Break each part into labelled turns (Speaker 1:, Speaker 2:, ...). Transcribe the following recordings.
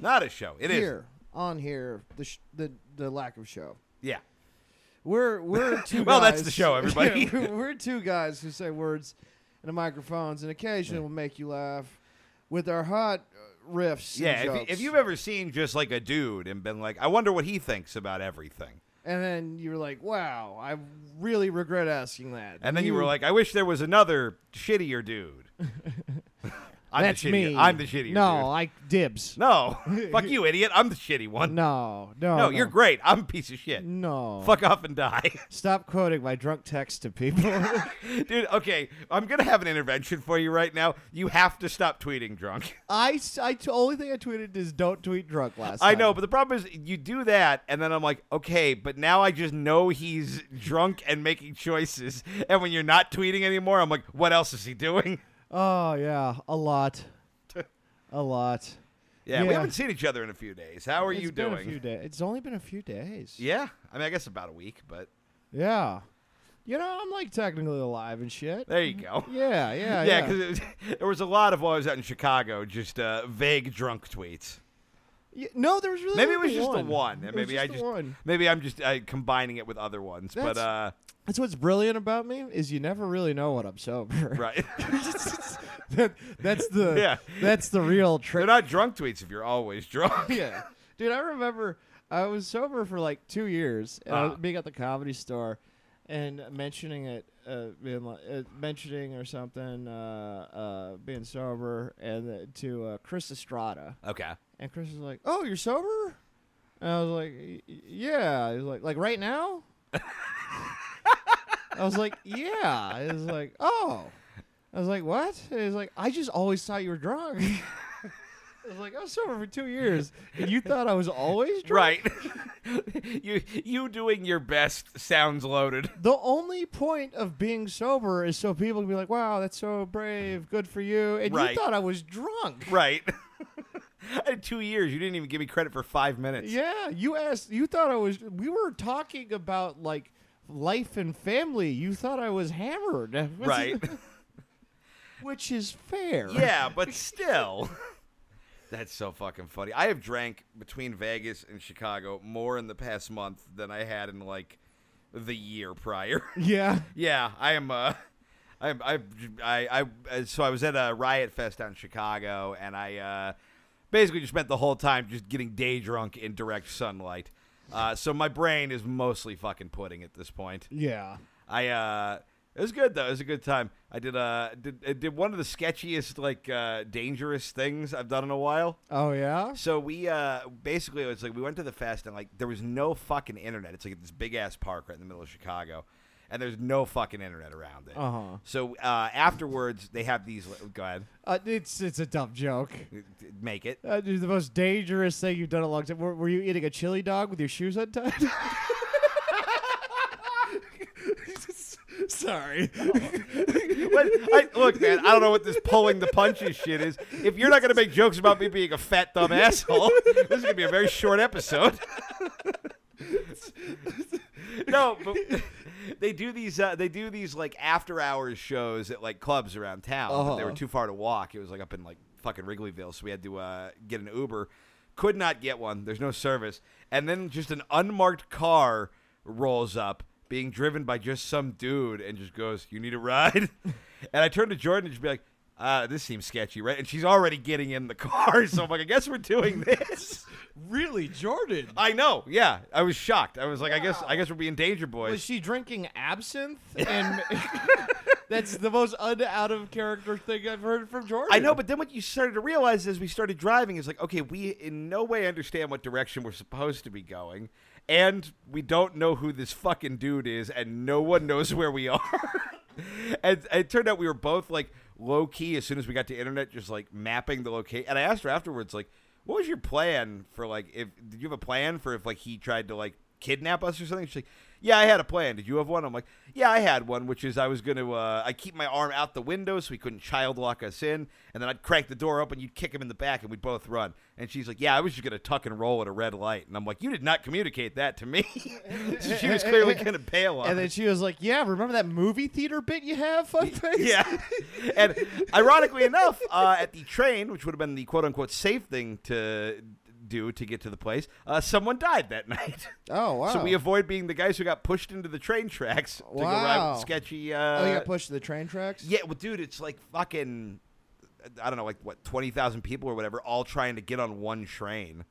Speaker 1: not a show. It is.
Speaker 2: here on here the sh- the the lack of show.
Speaker 1: Yeah.
Speaker 2: We're we're two.
Speaker 1: Well, that's
Speaker 2: guys-
Speaker 1: the show, everybody.
Speaker 2: we're, we're two guys who say words into microphones and occasionally will make you laugh with our hot uh, riffs. and
Speaker 1: Yeah. If, you-
Speaker 2: jokes.
Speaker 1: if you've ever seen just like a dude and been like, I wonder what he thinks about everything.
Speaker 2: and then you were like, "Wow, I really regret asking that."
Speaker 1: And then you, were like, I wish there was another shittier dude. I'm
Speaker 2: "That's
Speaker 1: the shittier.
Speaker 2: me.
Speaker 1: I'm the shittier
Speaker 2: No,
Speaker 1: dude.
Speaker 2: I dibs.
Speaker 1: No. Fuck you, idiot. I'm the shitty one.
Speaker 2: No, no,
Speaker 1: No, you're great. I'm a piece of shit.
Speaker 2: No,
Speaker 1: Fuck off and die.
Speaker 2: Stop quoting my drunk text to people.
Speaker 1: Dude, okay, I'm going to have an intervention for you right now. You have to stop tweeting drunk.
Speaker 2: I, s- I t- only thing I tweeted is don't tweet drunk last.
Speaker 1: I
Speaker 2: time.
Speaker 1: know, but the problem is you do that, and then I'm like, okay, but now I just know he's drunk and making choices. And when you're not tweeting anymore, I'm like, what else is he doing?
Speaker 2: oh yeah, a lot, a lot.
Speaker 1: Yeah,
Speaker 2: Yeah.
Speaker 1: we haven't seen each other in a few days. How are
Speaker 2: It's
Speaker 1: you
Speaker 2: been a
Speaker 1: doing?
Speaker 2: few da- it's only been a few days.
Speaker 1: Yeah, I mean, I guess about a week, but
Speaker 2: Yeah. You know, I'm like technically alive and shit.
Speaker 1: there you go.
Speaker 2: Yeah, Mm-hmm. yeah,
Speaker 1: Yeah,
Speaker 2: yeah.
Speaker 1: because there was a lot of while I was out in Chicago, just uh, vague drunk tweets.
Speaker 2: Y- no, there was really
Speaker 1: Maybe it
Speaker 2: only
Speaker 1: was just the one,
Speaker 2: It
Speaker 1: and
Speaker 2: was
Speaker 1: maybe I
Speaker 2: the
Speaker 1: just
Speaker 2: one.
Speaker 1: maybe I'm just uh, combining it with other ones. but
Speaker 2: That's-
Speaker 1: uh,
Speaker 2: That's what's brilliant about me is you never really know when I'm sober.
Speaker 1: right,
Speaker 2: that, that's the
Speaker 1: Yeah.
Speaker 2: that's the real
Speaker 1: they're
Speaker 2: trick.
Speaker 1: not drunk tweets if you're always drunk.
Speaker 2: yeah, dude. I remember I was sober for like two years, and I
Speaker 1: Ah.
Speaker 2: was being at the comedy store and mentioning it, uh, being like, uh, mentioning or something, uh, uh, being sober, and uh, to uh, Chris Estrada,
Speaker 1: Okay,
Speaker 2: and Chris was like, "Oh, you're sober?" And I was like, "Y- y- "Yeah." He was like, "Like right now?" I was like, "Yeah." He was like, "Oh." I was like, "What?" And he was like, "I just always thought you were drunk." I was like, "I was sober for two years, and you thought I was always drunk."
Speaker 1: right. you you doing your best sounds loaded.
Speaker 2: The only point of being sober is so people can be like, "Wow, that's so brave, good for you," and
Speaker 1: Right.
Speaker 2: you thought I was drunk.
Speaker 1: Right. I had Uh, two years. You didn't even give me credit for five minutes.
Speaker 2: Yeah, you asked. You thought I was. We were talking about like life and family. You thought I was hammered,
Speaker 1: Right.
Speaker 2: Which is fair.
Speaker 1: yeah, but still. That's so fucking funny. I have drank between Vegas and Chicago more in the past month than I had in like the year prior.
Speaker 2: yeah.
Speaker 1: yeah, I am. Uh, I, am- I, I, I, uh, so I was at a riot fest down in Chicago, and I uh, basically just spent the whole time just getting day drunk in direct sunlight. Uh, so my brain is mostly fucking pudding at this point.
Speaker 2: Yeah.
Speaker 1: I uh it was good though. It was a good time. I did uh did I did one of the sketchiest like uh dangerous things I've done in a while.
Speaker 2: Oh yeah.
Speaker 1: So we uh basically it was like we went to the fest and like there was no fucking internet. It's like this big ass park right in the middle of Chicago. And there's no fucking internet around it.
Speaker 2: Uh-huh.
Speaker 1: So uh, afterwards, they have these. Go ahead,
Speaker 2: Uh, it's it's a dumb joke.
Speaker 1: make it.
Speaker 2: Uh, dude, the most dangerous thing you've done in a long time. Were, were you eating a chili dog with your shoes untied? Sorry.
Speaker 1: What I, look, man, I don't know what this pulling the punches shit is. If you're not gonna make jokes about me being a fat dumb asshole, this is gonna be a very short episode. no, but they do these. Uh, they do these like after hours shows at like clubs around town. But they were
Speaker 2: Uh-huh.
Speaker 1: too far to walk. It was like up in like fucking Wrigleyville, so we had to uh, get an Uber. Could not get one. There's no service. And then just an unmarked car rolls up, being driven by just some dude, and just goes, "You need a ride." and I turned to Jordan and just be like. Uh, this seems sketchy, right? And she's already getting in the car, so I'm like, I guess we're doing this.
Speaker 2: really, Jordan?
Speaker 1: I know, yeah. I was shocked. I was like, I guess, I guess we're being danger boys.
Speaker 2: Was she drinking absinthe? And that's the most un- out of character thing I've heard from Jordan.
Speaker 1: I know, but then what you started to realize as we started driving is like, okay, we in no way understand what direction we're supposed to be going, and we don't know who this fucking dude is, and no one knows where we are. and, and it turned out we were both like low key as soon as we got to internet, just like mapping the location. And I asked her afterwards, like, what was your plan for like if did you have a plan for if like he tried to like kidnap us or something? She's like, yeah, I had a plan. Did you have one? I'm like, yeah, I had one, which is I was gonna uh, I keep my arm out the window so he couldn't child lock us in, and then I'd crack the door open, you'd kick him in the back, and we'd both run. And she's like, yeah, I was just gonna tuck and roll at a red light, and I'm like, you did not communicate that to me. so she was clearly gonna bail on.
Speaker 2: And then
Speaker 1: it.
Speaker 2: she was like, "Yeah, remember that movie theater bit you have, Fuckface?"
Speaker 1: Yeah. And ironically enough, uh, at the train, which would have been the quote unquote safe thing to do to get to the place, uh, someone died that night.
Speaker 2: Oh wow.
Speaker 1: So we avoid being the guys who got pushed into the train tracks to go
Speaker 2: Wow.
Speaker 1: ride sketchy. Uh,
Speaker 2: oh, you got pushed to the train tracks.
Speaker 1: yeah, well, dude, it's like fucking, I don't know, like what twenty thousand people or whatever, all trying to get on one train.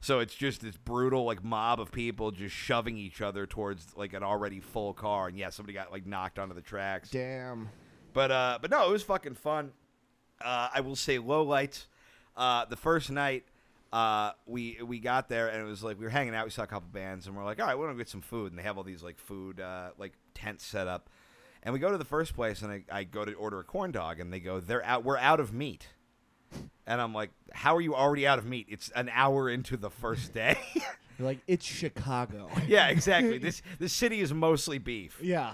Speaker 1: So it's just this brutal like mob of people just shoving each other towards like an already full car, and yeah, somebody got like knocked onto the tracks.
Speaker 2: Damn.
Speaker 1: But uh, but no, it was fucking fun. Uh, I will say low lights. Uh, the first night uh, we we got there and it was like we were hanging out. We saw a couple bands and we're like, all right, we're gonna get some food. And they have all these like food uh, like tents set up. And we go to the first place and I, I go to order a corn dog and they go, they're out. We're out of meat. And I'm like, how are you already out of meat? It's an hour into the first day.
Speaker 2: You're like it's Chicago.
Speaker 1: yeah, exactly. This this city is mostly beef.
Speaker 2: yeah.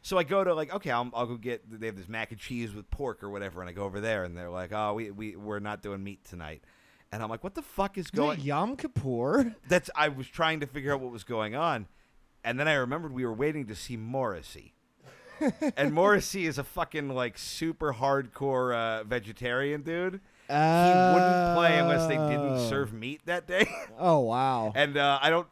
Speaker 1: So I go to like, okay, I'll, I'll go get. They have this mac and cheese with pork or whatever, and I go over there, and they're like, oh, we we we're not doing meat tonight, and I'm like, what the fuck is
Speaker 2: Go
Speaker 1: going?
Speaker 2: Yom Kippur.
Speaker 1: That's I was trying to figure out what was going on, and then I remembered we were waiting to see Morrissey, and Morrissey is a fucking like super hardcore uh, vegetarian dude. He wouldn't play unless they didn't
Speaker 2: Oh.
Speaker 1: serve meat that day,
Speaker 2: Oh wow.
Speaker 1: and uh, I don't.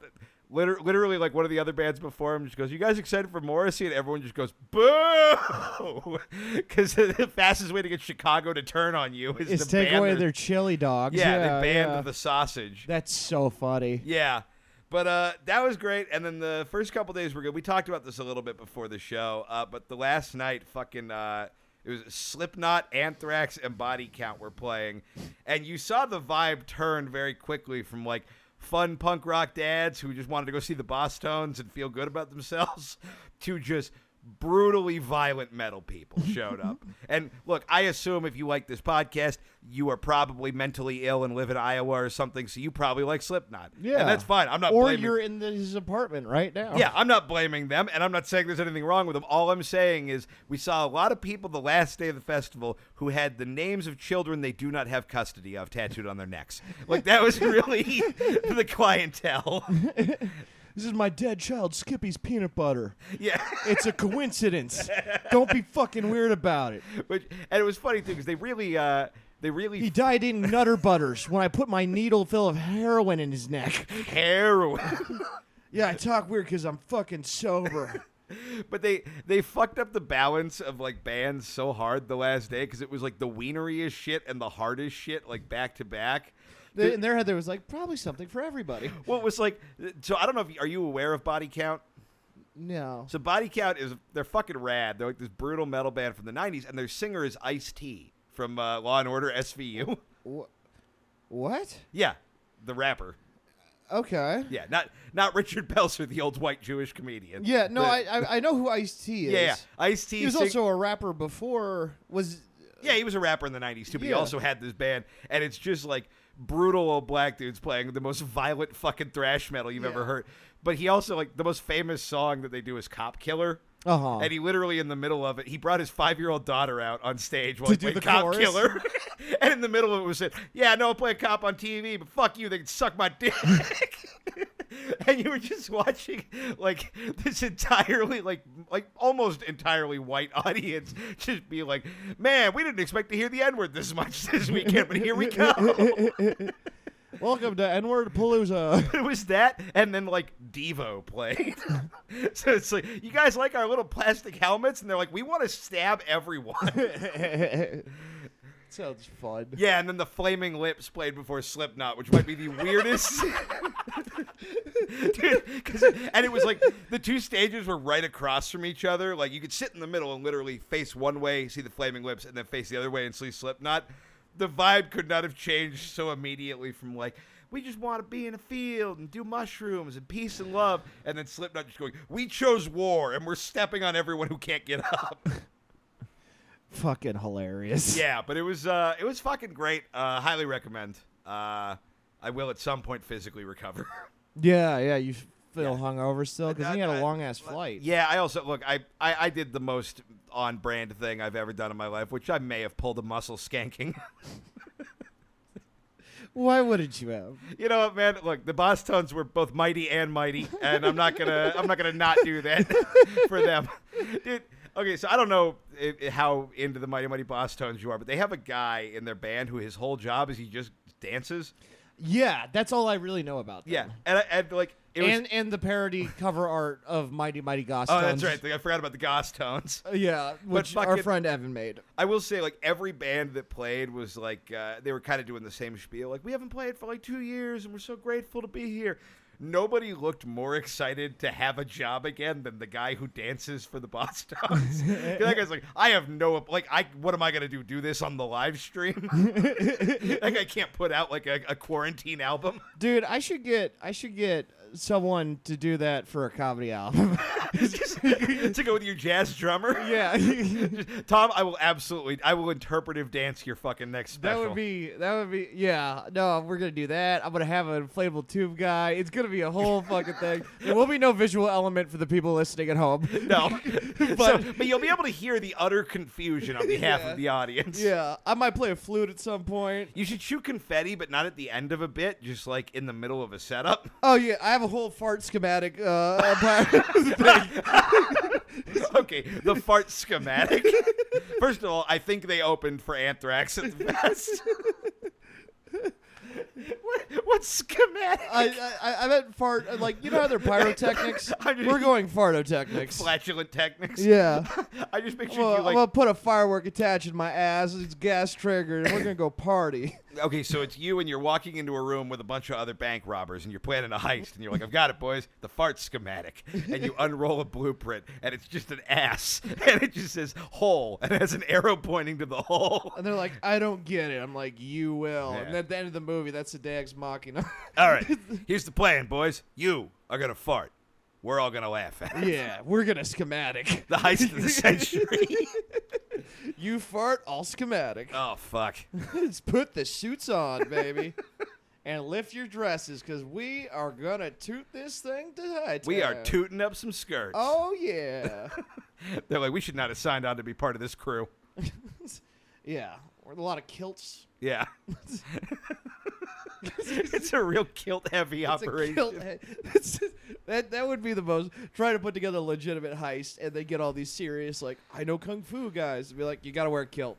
Speaker 1: Literally, literally, like one of the other bands before him just goes, "You guys excited for Morrissey?" And everyone just goes, "Boo!" Because the fastest way to get Chicago to turn on you is,
Speaker 2: Is
Speaker 1: to
Speaker 2: take
Speaker 1: ban
Speaker 2: away
Speaker 1: their,
Speaker 2: their chili dogs.
Speaker 1: yeah,
Speaker 2: yeah
Speaker 1: they banned
Speaker 2: yeah.
Speaker 1: the sausage.
Speaker 2: That's so funny.
Speaker 1: Yeah. But uh, that was great. And then the first couple days were good. We talked about this a little bit before the show. Uh, but the last night, fucking, uh, it was Slipknot, Anthrax, and Body Count were playing. And you saw the vibe turn very quickly from like fun punk rock dads who just wanted to go see the Boston's and feel good about themselves to just brutally violent metal people showed up. and look, I assume if you like this podcast, you are probably mentally ill and live in Iowa or something, so you probably like Slipknot.
Speaker 2: Yeah.
Speaker 1: And that's fine. I'm not
Speaker 2: Or
Speaker 1: blaming
Speaker 2: you're in the, his apartment right now.
Speaker 1: Yeah, I'm not blaming them and I'm not saying there's anything wrong with them. All I'm saying is we saw a lot of people the last day of the festival who had the names of children they do not have custody of tattooed on their necks. Like that was really the clientele.
Speaker 2: This is my dead child Skippy's peanut butter.
Speaker 1: Yeah.
Speaker 2: It's a coincidence. Don't be fucking weird about it.
Speaker 1: Which, and it was funny too because they really uh they really
Speaker 2: He died in Nutter Butters when I put my needle full of heroin in his neck.
Speaker 1: heroin.
Speaker 2: Yeah, I talk weird because I'm fucking sober.
Speaker 1: But they they fucked up the balance of like bands so hard the last day because it was like the wieneriest shit and the hardest shit like back to back.
Speaker 2: They- in their head, there was like probably something for everybody.
Speaker 1: What was like? So I don't know if are you aware of Body Count?
Speaker 2: No.
Speaker 1: So Body Count is they're fucking rad. They're like this brutal metal band from the '90s, and their singer is Ice T from uh, Law and Order SVU.
Speaker 2: Wh- what?
Speaker 1: yeah, the rapper.
Speaker 2: Okay.
Speaker 1: Yeah, not not Richard Belzer, the old white Jewish comedian.
Speaker 2: Yeah. No,
Speaker 1: The-
Speaker 2: I, I I know who Ice T is.
Speaker 1: yeah, yeah. Ice T.
Speaker 2: He was also a rapper before. Was
Speaker 1: Yeah, he was a rapper in the '90s too, but he
Speaker 2: Yeah.
Speaker 1: also had this band, and it's just like brutal old black dudes playing the most violent fucking thrash metal you've
Speaker 2: Yeah.
Speaker 1: ever heard. But he also like the most famous song that they do is "Cop Killer."
Speaker 2: uh huh.
Speaker 1: And he literally, in the middle of it, he brought his five-year-old daughter out on stage while
Speaker 2: To
Speaker 1: he
Speaker 2: do
Speaker 1: played
Speaker 2: the
Speaker 1: "Cop
Speaker 2: chorus?
Speaker 1: Killer," and in the middle of it was said, "Yeah, no, I play a cop on TV, but fuck you, they can suck my dick." and you were just watching like this entirely, like, like almost entirely white audience just be like, "Man, we didn't expect to hear the N-word this much this weekend, but here we go."
Speaker 2: Welcome to N Word Palooza.
Speaker 1: it was that, and then like Devo played. so it's like, you guys like our little plastic helmets, and they're like, we want to stab everyone.
Speaker 2: Sounds fun.
Speaker 1: yeah, and then the Flaming Lips played before Slipknot, which might be the weirdest. Dude, 'cause- and it was like the two stages were right across from each other. Like you could sit in the middle and literally face one way, see the Flaming Lips, and then face the other way and see Slipknot. The vibe could not have changed so immediately from like we just want to be in a field and do mushrooms and peace and love, and then Slipknot just going, "We chose war and we're stepping on everyone who can't get up."
Speaker 2: Fucking hilarious.
Speaker 1: yeah, but it was uh, it was fucking great. Uh, highly recommend. Uh, I will at some point physically recover.
Speaker 2: Yeah, yeah. You feel
Speaker 1: Yeah.
Speaker 2: hungover still because he had
Speaker 1: I- I-
Speaker 2: a long ass flight.
Speaker 1: yeah, I also look. I, I I did the most on brand thing I've ever done in my life, which I may have pulled a muscle skanking.
Speaker 2: Why wouldn't you have?
Speaker 1: you know what, man? Look, the Boston's were both mighty and mighty, and I'm not gonna I'm not gonna not do that for them, dude. Okay, so I don't know i i- how into the Mighty Mighty Boston's you are, but they have a guy in their band who his whole job is he just dances.
Speaker 2: Yeah, that's all I really know about them.
Speaker 1: Yeah, and I, and like it was.
Speaker 2: and and the parody cover art of Mighty Mighty Goss. Uh,
Speaker 1: oh, that's right. I forgot about the Goss Tones.
Speaker 2: Yeah, which our
Speaker 1: fucking-
Speaker 2: friend Evan made.
Speaker 1: I will say, like every band that played was like uh, they were kind of doing the same spiel. Like we haven't played for like two years, and we're so grateful to be here. Nobody looked more excited to have a job again than the guy who dances for the Boston's. that guy's like, I have no like, I what am I gonna do? Do this on the live stream? that guy can't put out like a, a quarantine album.
Speaker 2: Dude, I should get I should get someone to do that for a comedy album.
Speaker 1: to go with your jazz drummer.
Speaker 2: yeah.
Speaker 1: Tom, I will absolutely, I will interpretive dance your fucking next
Speaker 2: That
Speaker 1: special.
Speaker 2: would be that would be yeah no we're gonna do that I'm gonna have an inflatable tube guy it's gonna be a whole fucking thing there will be no visual element for the people listening at home
Speaker 1: no, but
Speaker 2: But-
Speaker 1: but you'll be able to hear the utter confusion on behalf
Speaker 2: Yeah.
Speaker 1: of the audience.
Speaker 2: yeah I might play a flute at some point
Speaker 1: You should shoot confetti, but not at the end of a bit, just like in the middle of a setup.
Speaker 2: oh yeah I have a whole fart schematic uh part-
Speaker 1: okay, the fart schematic. First of all, I think they opened for Anthrax at the best. what, what schematic?
Speaker 2: I, I I meant fart uh, like you know how they're pyrotechnics
Speaker 1: I'm just-
Speaker 2: we're going fartotechnics
Speaker 1: Flatulent techniques.
Speaker 2: yeah
Speaker 1: I just pictured
Speaker 2: well,
Speaker 1: you like
Speaker 2: I'm gonna put a firework attach in my ass it's gas triggered and we're gonna go party
Speaker 1: Okay, so it's you and you're walking into a room with a bunch of other bank robbers and you're planning a heist and you're like, I've got it, boys, the fart schematic. And you unroll a blueprint and it's just an ass and it just says hole and it has an arrow pointing to the hole.
Speaker 2: And they're like, I don't get it. I'm like, you will.
Speaker 1: Yeah.
Speaker 2: And at the end of the movie, that's the Dags Machina.
Speaker 1: All right, here's the plan, boys. You are going to fart. We're all going to laugh at it.
Speaker 2: yeah, we're gonna schematic.
Speaker 1: The heist of the century.
Speaker 2: You fart, all schematic.
Speaker 1: oh, fuck.
Speaker 2: Let's put the suits on, baby, and lift your dresses, cause we are gonna toot this thing to high
Speaker 1: We are
Speaker 2: town.
Speaker 1: tooting up some skirts.
Speaker 2: Oh yeah,
Speaker 1: They're like, we should not have signed on to be part of this crew.
Speaker 2: yeah. We're a lot of kilts.
Speaker 1: Yeah. it's a real kilt heavy
Speaker 2: It's a
Speaker 1: operation.
Speaker 2: kilt- That's- that that would be the most. Try to put together a legitimate heist, and they get all these serious, like I know kung fu guys. And be like, you gotta wear a kilt.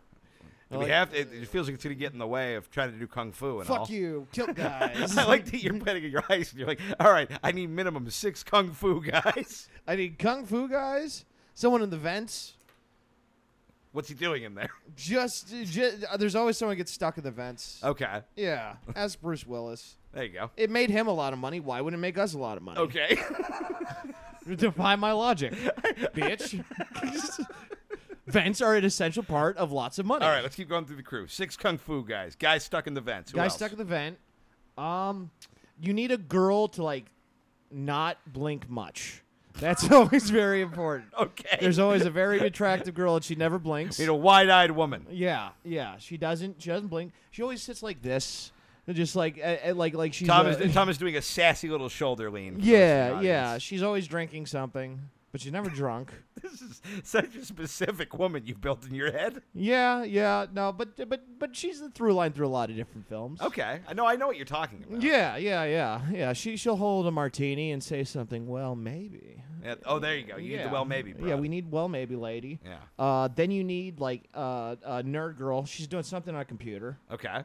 Speaker 1: Do
Speaker 2: Like,
Speaker 1: we have to, it, it feels like it's going to get in the way of trying to do kung fu and all.
Speaker 2: Fuck you, kilt guys.
Speaker 1: I like that you're planning your heist and you're like, all right, I need minimum six kung fu guys.
Speaker 2: I need kung fu guys. Someone in the vents.
Speaker 1: What's he doing in there?
Speaker 2: Just, ju- uh, there's always someone gets stuck in the vents.
Speaker 1: Okay,
Speaker 2: Yeah, ask Bruce Willis.
Speaker 1: there you go.
Speaker 2: It made him a lot of money. Why wouldn't it make us a lot of money?
Speaker 1: Okay,
Speaker 2: Defy my logic, bitch. vents are an essential part of lots of money.
Speaker 1: all right, let's keep going through the crew. Six kung fu guys, guys stuck in the vents. Who
Speaker 2: guy
Speaker 1: else?
Speaker 2: stuck in the vent. Um, you need a girl to like not blink much. That's always very important.
Speaker 1: Okay,
Speaker 2: There's always a very attractive girl and she never blinks.
Speaker 1: you know, wide-eyed woman.
Speaker 2: Yeah, yeah. She doesn't. She doesn't blink. She always sits like this, and just like uh, uh, like like she's.
Speaker 1: Tom
Speaker 2: a-
Speaker 1: is, Tom is doing a sassy little shoulder lean. for the rest
Speaker 2: yeah,
Speaker 1: of the
Speaker 2: yeah.
Speaker 1: audience.
Speaker 2: She's always drinking something, but she's never drunk.
Speaker 1: This is such a specific woman you've built in your head.
Speaker 2: yeah, yeah. No, but but but she's the through line through a lot of different films.
Speaker 1: Okay, I know, I know what you're talking about.
Speaker 2: Yeah, yeah, yeah, yeah. She she'll hold a martini and say something. Well, maybe.
Speaker 1: Yeah, Oh, there you go. You need the well maybe. Bro.
Speaker 2: Yeah, we need well maybe lady.
Speaker 1: Yeah.
Speaker 2: Uh, then you need like uh, a nerd girl. She's doing something on a computer.
Speaker 1: Okay.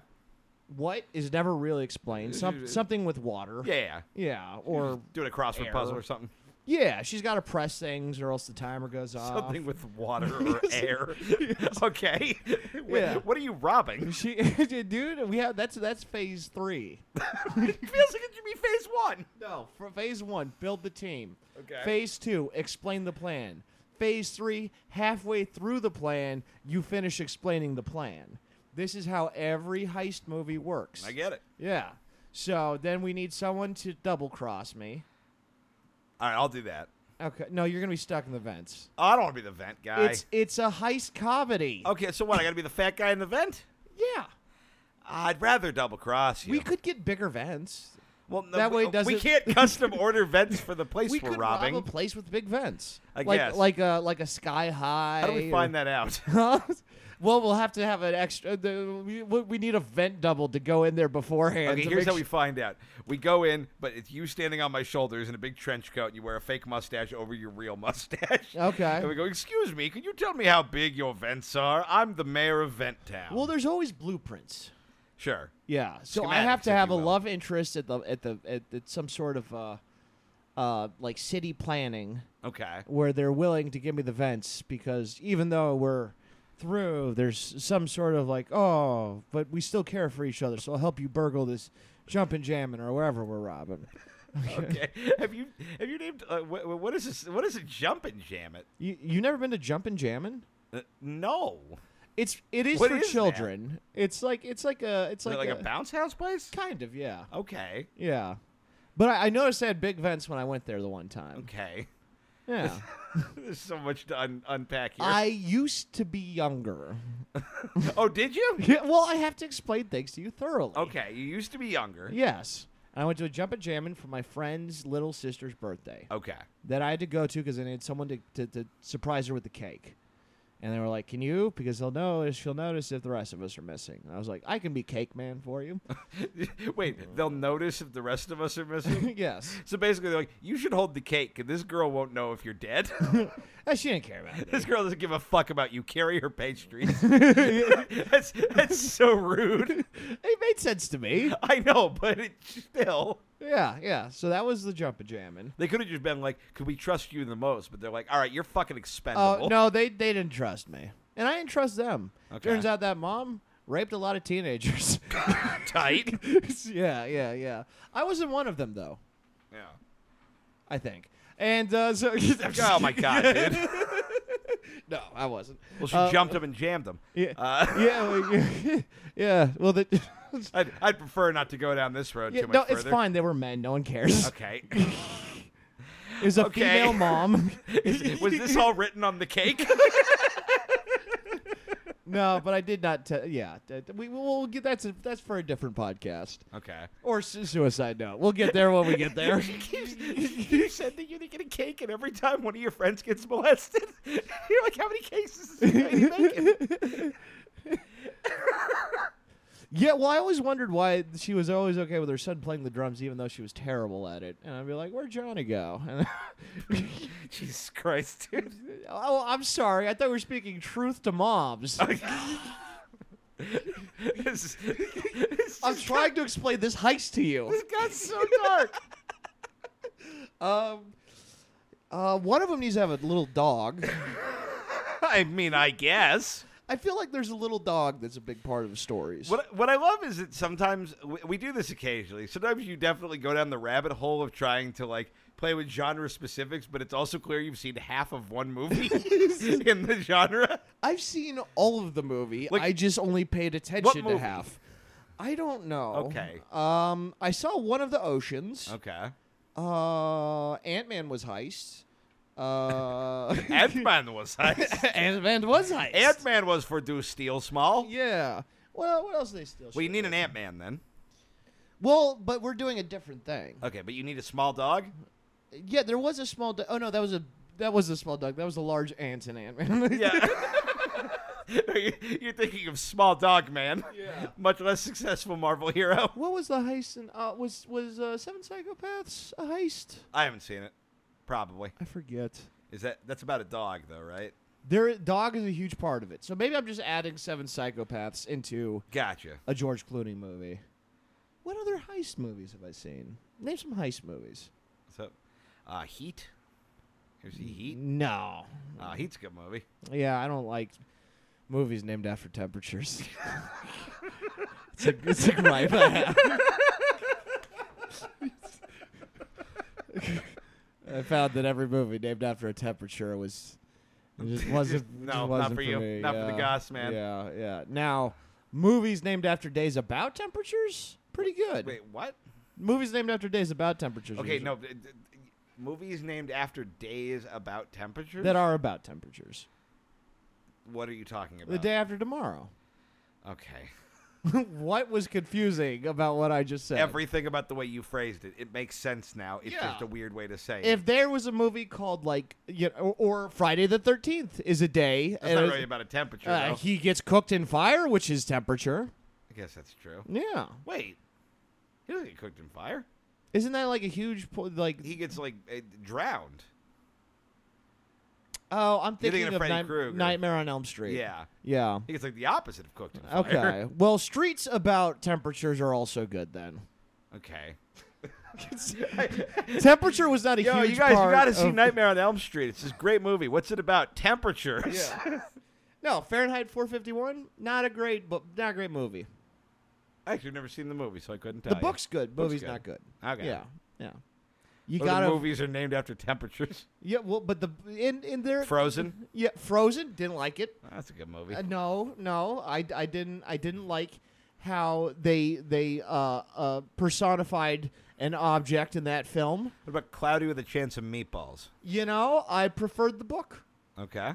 Speaker 2: What is never really explained. Some, something with water.
Speaker 1: Uh, Yeah, yeah.
Speaker 2: Yeah, or
Speaker 1: Doing a crossword
Speaker 2: Error.
Speaker 1: puzzle or something.
Speaker 2: yeah, she's got to press things, or else the timer goes off.
Speaker 1: Something with water or air. okay. Wait,
Speaker 2: Yeah.
Speaker 1: What are you robbing?
Speaker 2: She, dude, we have that's that's phase three.
Speaker 1: It feels like it should be phase one.
Speaker 2: No, for phase one, build the team.
Speaker 1: Okay.
Speaker 2: Phase two, explain the plan. Phase three, halfway through the plan, you finish explaining the plan. This is how every heist movie works.
Speaker 1: I get it.
Speaker 2: Yeah. So then we need someone to double cross me.
Speaker 1: All right, I'll do that.
Speaker 2: Okay. No, you're gonna be stuck in the vents.
Speaker 1: Oh, I don't want to be the vent guy.
Speaker 2: It's it's a heist comedy.
Speaker 1: okay, so what? I got to be the fat guy in the vent?
Speaker 2: Yeah.
Speaker 1: I'd rather double cross you.
Speaker 2: We could get bigger vents.
Speaker 1: well, no,
Speaker 2: that
Speaker 1: we,
Speaker 2: way
Speaker 1: we
Speaker 2: doesn't-
Speaker 1: can't custom order vents for the place
Speaker 2: we
Speaker 1: are
Speaker 2: could
Speaker 1: robbing.
Speaker 2: rob a place with big vents.
Speaker 1: I
Speaker 2: like
Speaker 1: guess.
Speaker 2: like a like a sky high.
Speaker 1: How do we find that out?
Speaker 2: that? well, we'll have to have an extra. The, we, we need a vent double to go in there beforehand.
Speaker 1: Okay,
Speaker 2: to
Speaker 1: here's
Speaker 2: make
Speaker 1: how
Speaker 2: su-
Speaker 1: we find out. We go in, but it's you standing on my shoulders in a big trench coat, and you wear a fake mustache over your real mustache.
Speaker 2: Okay.
Speaker 1: And we go, Excuse me, can you tell me how big your vents are? I'm the mayor of Vent Town.
Speaker 2: well, there's always blueprints.
Speaker 1: Sure.
Speaker 2: Yeah. So I
Speaker 1: Schematics,
Speaker 2: have to
Speaker 1: if
Speaker 2: have
Speaker 1: you
Speaker 2: a
Speaker 1: will.
Speaker 2: love interest at the at the at, at some sort of uh, uh, like city planning
Speaker 1: Okay.
Speaker 2: where they're willing to give me the vents because even though we're through, there's some sort of like oh, but we still care for each other, so I'll help you burgle this jumpin' jammin' or wherever we're robbing.
Speaker 1: Okay. have you have you named uh, wh- wh- what is this? What is a jumpin' jam it?
Speaker 2: You you never been to jumpin' jammin'?
Speaker 1: Uh, no.
Speaker 2: It's it is
Speaker 1: What
Speaker 2: for
Speaker 1: is that?
Speaker 2: children. It's like it's like a it's
Speaker 1: Is it
Speaker 2: like,
Speaker 1: like a, bounce Oh. house place?
Speaker 2: kind of yeah
Speaker 1: Okay.
Speaker 2: yeah. But I, I noticed they had big vents when I went there the one time.
Speaker 1: Okay.
Speaker 2: Yeah.
Speaker 1: There's so much to un- unpack here.
Speaker 2: I used to be younger.
Speaker 1: oh, did you?
Speaker 2: Yeah, well, I have to explain things to you thoroughly.
Speaker 1: Okay, you used to be younger.
Speaker 2: Yes. And I went to a jump and jammin' for my friend's little sister's birthday
Speaker 1: Okay.
Speaker 2: that I had to go to because I needed someone to, to, to surprise her with the cake. And they were like, "Can you?" Because they'll notice. She'll notice if the rest of us are missing. And I was like, "I can be cake man for you."
Speaker 1: Wait,
Speaker 2: Mm.
Speaker 1: they'll notice if the rest of us are missing.
Speaker 2: yes.
Speaker 1: so basically, they're like, you should hold the cake, and this girl won't know if you're dead.
Speaker 2: Uh, she didn't care about it.
Speaker 1: this girl doesn't give a fuck about you. Carry her pastries. that's that's so rude.
Speaker 2: It made sense to me.
Speaker 1: I know, but it still.
Speaker 2: Yeah, yeah. So that was the jump and jammin'.
Speaker 1: They could have just been like, "Could we trust you the most?" But they're like, "All right, you're fucking expendable."
Speaker 2: Oh no, they they didn't trust me, and I didn't trust them.
Speaker 1: Okay.
Speaker 2: Turns out that mom raped a lot of teenagers.
Speaker 1: tight.
Speaker 2: yeah, yeah, yeah. I wasn't one of them though.
Speaker 1: Yeah.
Speaker 2: I think. And uh, so,
Speaker 1: Oh my god, dude.
Speaker 2: no, I wasn't.
Speaker 1: Well, she
Speaker 2: Uh,
Speaker 1: jumped him and jammed him.
Speaker 2: Yeah,
Speaker 1: Uh,
Speaker 2: yeah, well, yeah. Well, the,
Speaker 1: I'd, I'd prefer not to go down this road
Speaker 2: yeah,
Speaker 1: too much
Speaker 2: no,
Speaker 1: further.
Speaker 2: it's fine. They were men. No one cares.
Speaker 1: Okay.
Speaker 2: It was a
Speaker 1: Okay.
Speaker 2: female mom.
Speaker 1: Was this all written on the cake?
Speaker 2: no, but I did not. Te- yeah, that- we will get that's a, that's for a different podcast
Speaker 1: okay.
Speaker 2: or su- suicide note. We'll get there when we get there.
Speaker 1: you said that you're gonna get a cake, and every time one of your friends gets molested, you're like, "How many cases is this lady making?"
Speaker 2: Yeah, well, I always wondered why she was always okay with her son playing the drums, even though she was terrible at it. And I'd be like, "Where'd Johnny go?" And
Speaker 1: Jesus Christ, dude.
Speaker 2: oh, I'm sorry. I thought we were speaking truth to moms.
Speaker 1: This, is- this
Speaker 2: I'm
Speaker 1: just
Speaker 2: trying to explain this heist to you.
Speaker 1: got- got so dark.
Speaker 2: Um, uh, one of them needs to have a little dog.
Speaker 1: I mean, I guess.
Speaker 2: I feel like there's a little dog that's a big part of stories.
Speaker 1: What what I love is that sometimes we, we do this occasionally. Sometimes you definitely go down the rabbit hole of trying to like play with genre specifics, but it's also clear you've seen half of one movie in the genre.
Speaker 2: I've seen all of the movie.
Speaker 1: Like-
Speaker 2: I just only paid attention to
Speaker 1: movie?
Speaker 2: half. I don't know.
Speaker 1: Okay.
Speaker 2: Um, I saw one of the oceans.
Speaker 1: Okay,
Speaker 2: Uh, Ant Man was heist. Uh,
Speaker 1: Ant Man was heist.
Speaker 2: Ant Man was heist.
Speaker 1: Ant Man was for do steal small.
Speaker 2: yeah. Well, what else they still?
Speaker 1: Well, you
Speaker 2: show
Speaker 1: need
Speaker 2: you?
Speaker 1: an Ant Man then.
Speaker 2: Well, but we're doing a different thing.
Speaker 1: Okay, but you need a small dog.
Speaker 2: yeah, there was a small. Du- oh no, that was a that was a small duck. That was a large ant in Ant Man.
Speaker 1: Yeah. You're thinking of Small Dog Man.
Speaker 2: Yeah.
Speaker 1: Much less successful Marvel hero.
Speaker 2: What was the heist? In, uh, was was uh, Seven Psychopaths a heist?
Speaker 1: I haven't seen it. Probably.
Speaker 2: I forget.
Speaker 1: Is that that's about a dog though, right?
Speaker 2: There, dog is a huge part of it. So maybe I'm just adding Seven Psychopaths into
Speaker 1: Gotcha.
Speaker 2: a George Clooney movie. What other heist movies have I seen? Name some heist movies.
Speaker 1: So, uh, Heat. You see Heat?
Speaker 2: No.
Speaker 1: Uh, Heat's a good movie.
Speaker 2: Yeah, I don't like movies named after temperatures. it's a it's a gripe I have. I found that every movie named after a temperature was it just wasn't
Speaker 1: No,
Speaker 2: just
Speaker 1: not
Speaker 2: wasn't
Speaker 1: for you.
Speaker 2: me.
Speaker 1: Not for the
Speaker 2: Yeah,
Speaker 1: goss, man.
Speaker 2: Yeah, yeah. Now, movies named after days about temperatures, pretty good.
Speaker 1: Wait, what?
Speaker 2: Movies named after days about temperatures.
Speaker 1: Okay,
Speaker 2: usually-
Speaker 1: no. d- d- d- movies named after days about temperatures.
Speaker 2: that are about temperatures.
Speaker 1: what are you talking about?
Speaker 2: The day after tomorrow.
Speaker 1: okay.
Speaker 2: what was confusing about what I just said?
Speaker 1: Everything about the way you phrased it, it makes sense now. It's
Speaker 2: Yeah.
Speaker 1: just a weird way to say it.
Speaker 2: if there was a movie called like you know, or, or Friday the Thirteenth is a day,
Speaker 1: That's
Speaker 2: and
Speaker 1: not
Speaker 2: it's-
Speaker 1: really about a temperature,
Speaker 2: uh,
Speaker 1: though.
Speaker 2: he gets cooked in fire, which is temperature.
Speaker 1: I guess that's true.
Speaker 2: Yeah,
Speaker 1: Wait, he doesn't get cooked in fire.
Speaker 2: isn't that like a huge po- like?
Speaker 1: He gets like eh, drowned.
Speaker 2: Oh, I'm thinking,
Speaker 1: You're thinking of Freddy
Speaker 2: Night-
Speaker 1: Krueger.
Speaker 2: Nightmare on Elm Street.
Speaker 1: Yeah. I
Speaker 2: Yeah.
Speaker 1: think it's like the opposite of cooked in fire.
Speaker 2: Okay. Well, streets about temperatures are also good then.
Speaker 1: Okay.
Speaker 2: Temperature was not a
Speaker 1: Yo,
Speaker 2: huge
Speaker 1: you guys, you
Speaker 2: part
Speaker 1: gotta see
Speaker 2: of-
Speaker 1: Nightmare on Elm Street. It's this great movie. What's it about? Temperatures.
Speaker 2: Yeah. No, Fahrenheit 451, not a great book, not a great movie.
Speaker 1: I actually never seen the movie, so I couldn't tell.
Speaker 2: The
Speaker 1: you.
Speaker 2: book's good,
Speaker 1: Book's
Speaker 2: movie's
Speaker 1: good.
Speaker 2: not good.
Speaker 1: Okay.
Speaker 2: Yeah. Yeah. You
Speaker 1: Well,
Speaker 2: got
Speaker 1: the
Speaker 2: to
Speaker 1: movies are named after temperatures.
Speaker 2: Yeah, well, but the in in there
Speaker 1: Frozen.
Speaker 2: Yeah, Frozen didn't like it.
Speaker 1: That's a good movie.
Speaker 2: Uh, no, no, I, I didn't I didn't like how they they uh, uh, personified an object in that film.
Speaker 1: What about Cloudy with a Chance of Meatballs?
Speaker 2: You know, I preferred the book
Speaker 1: Okay.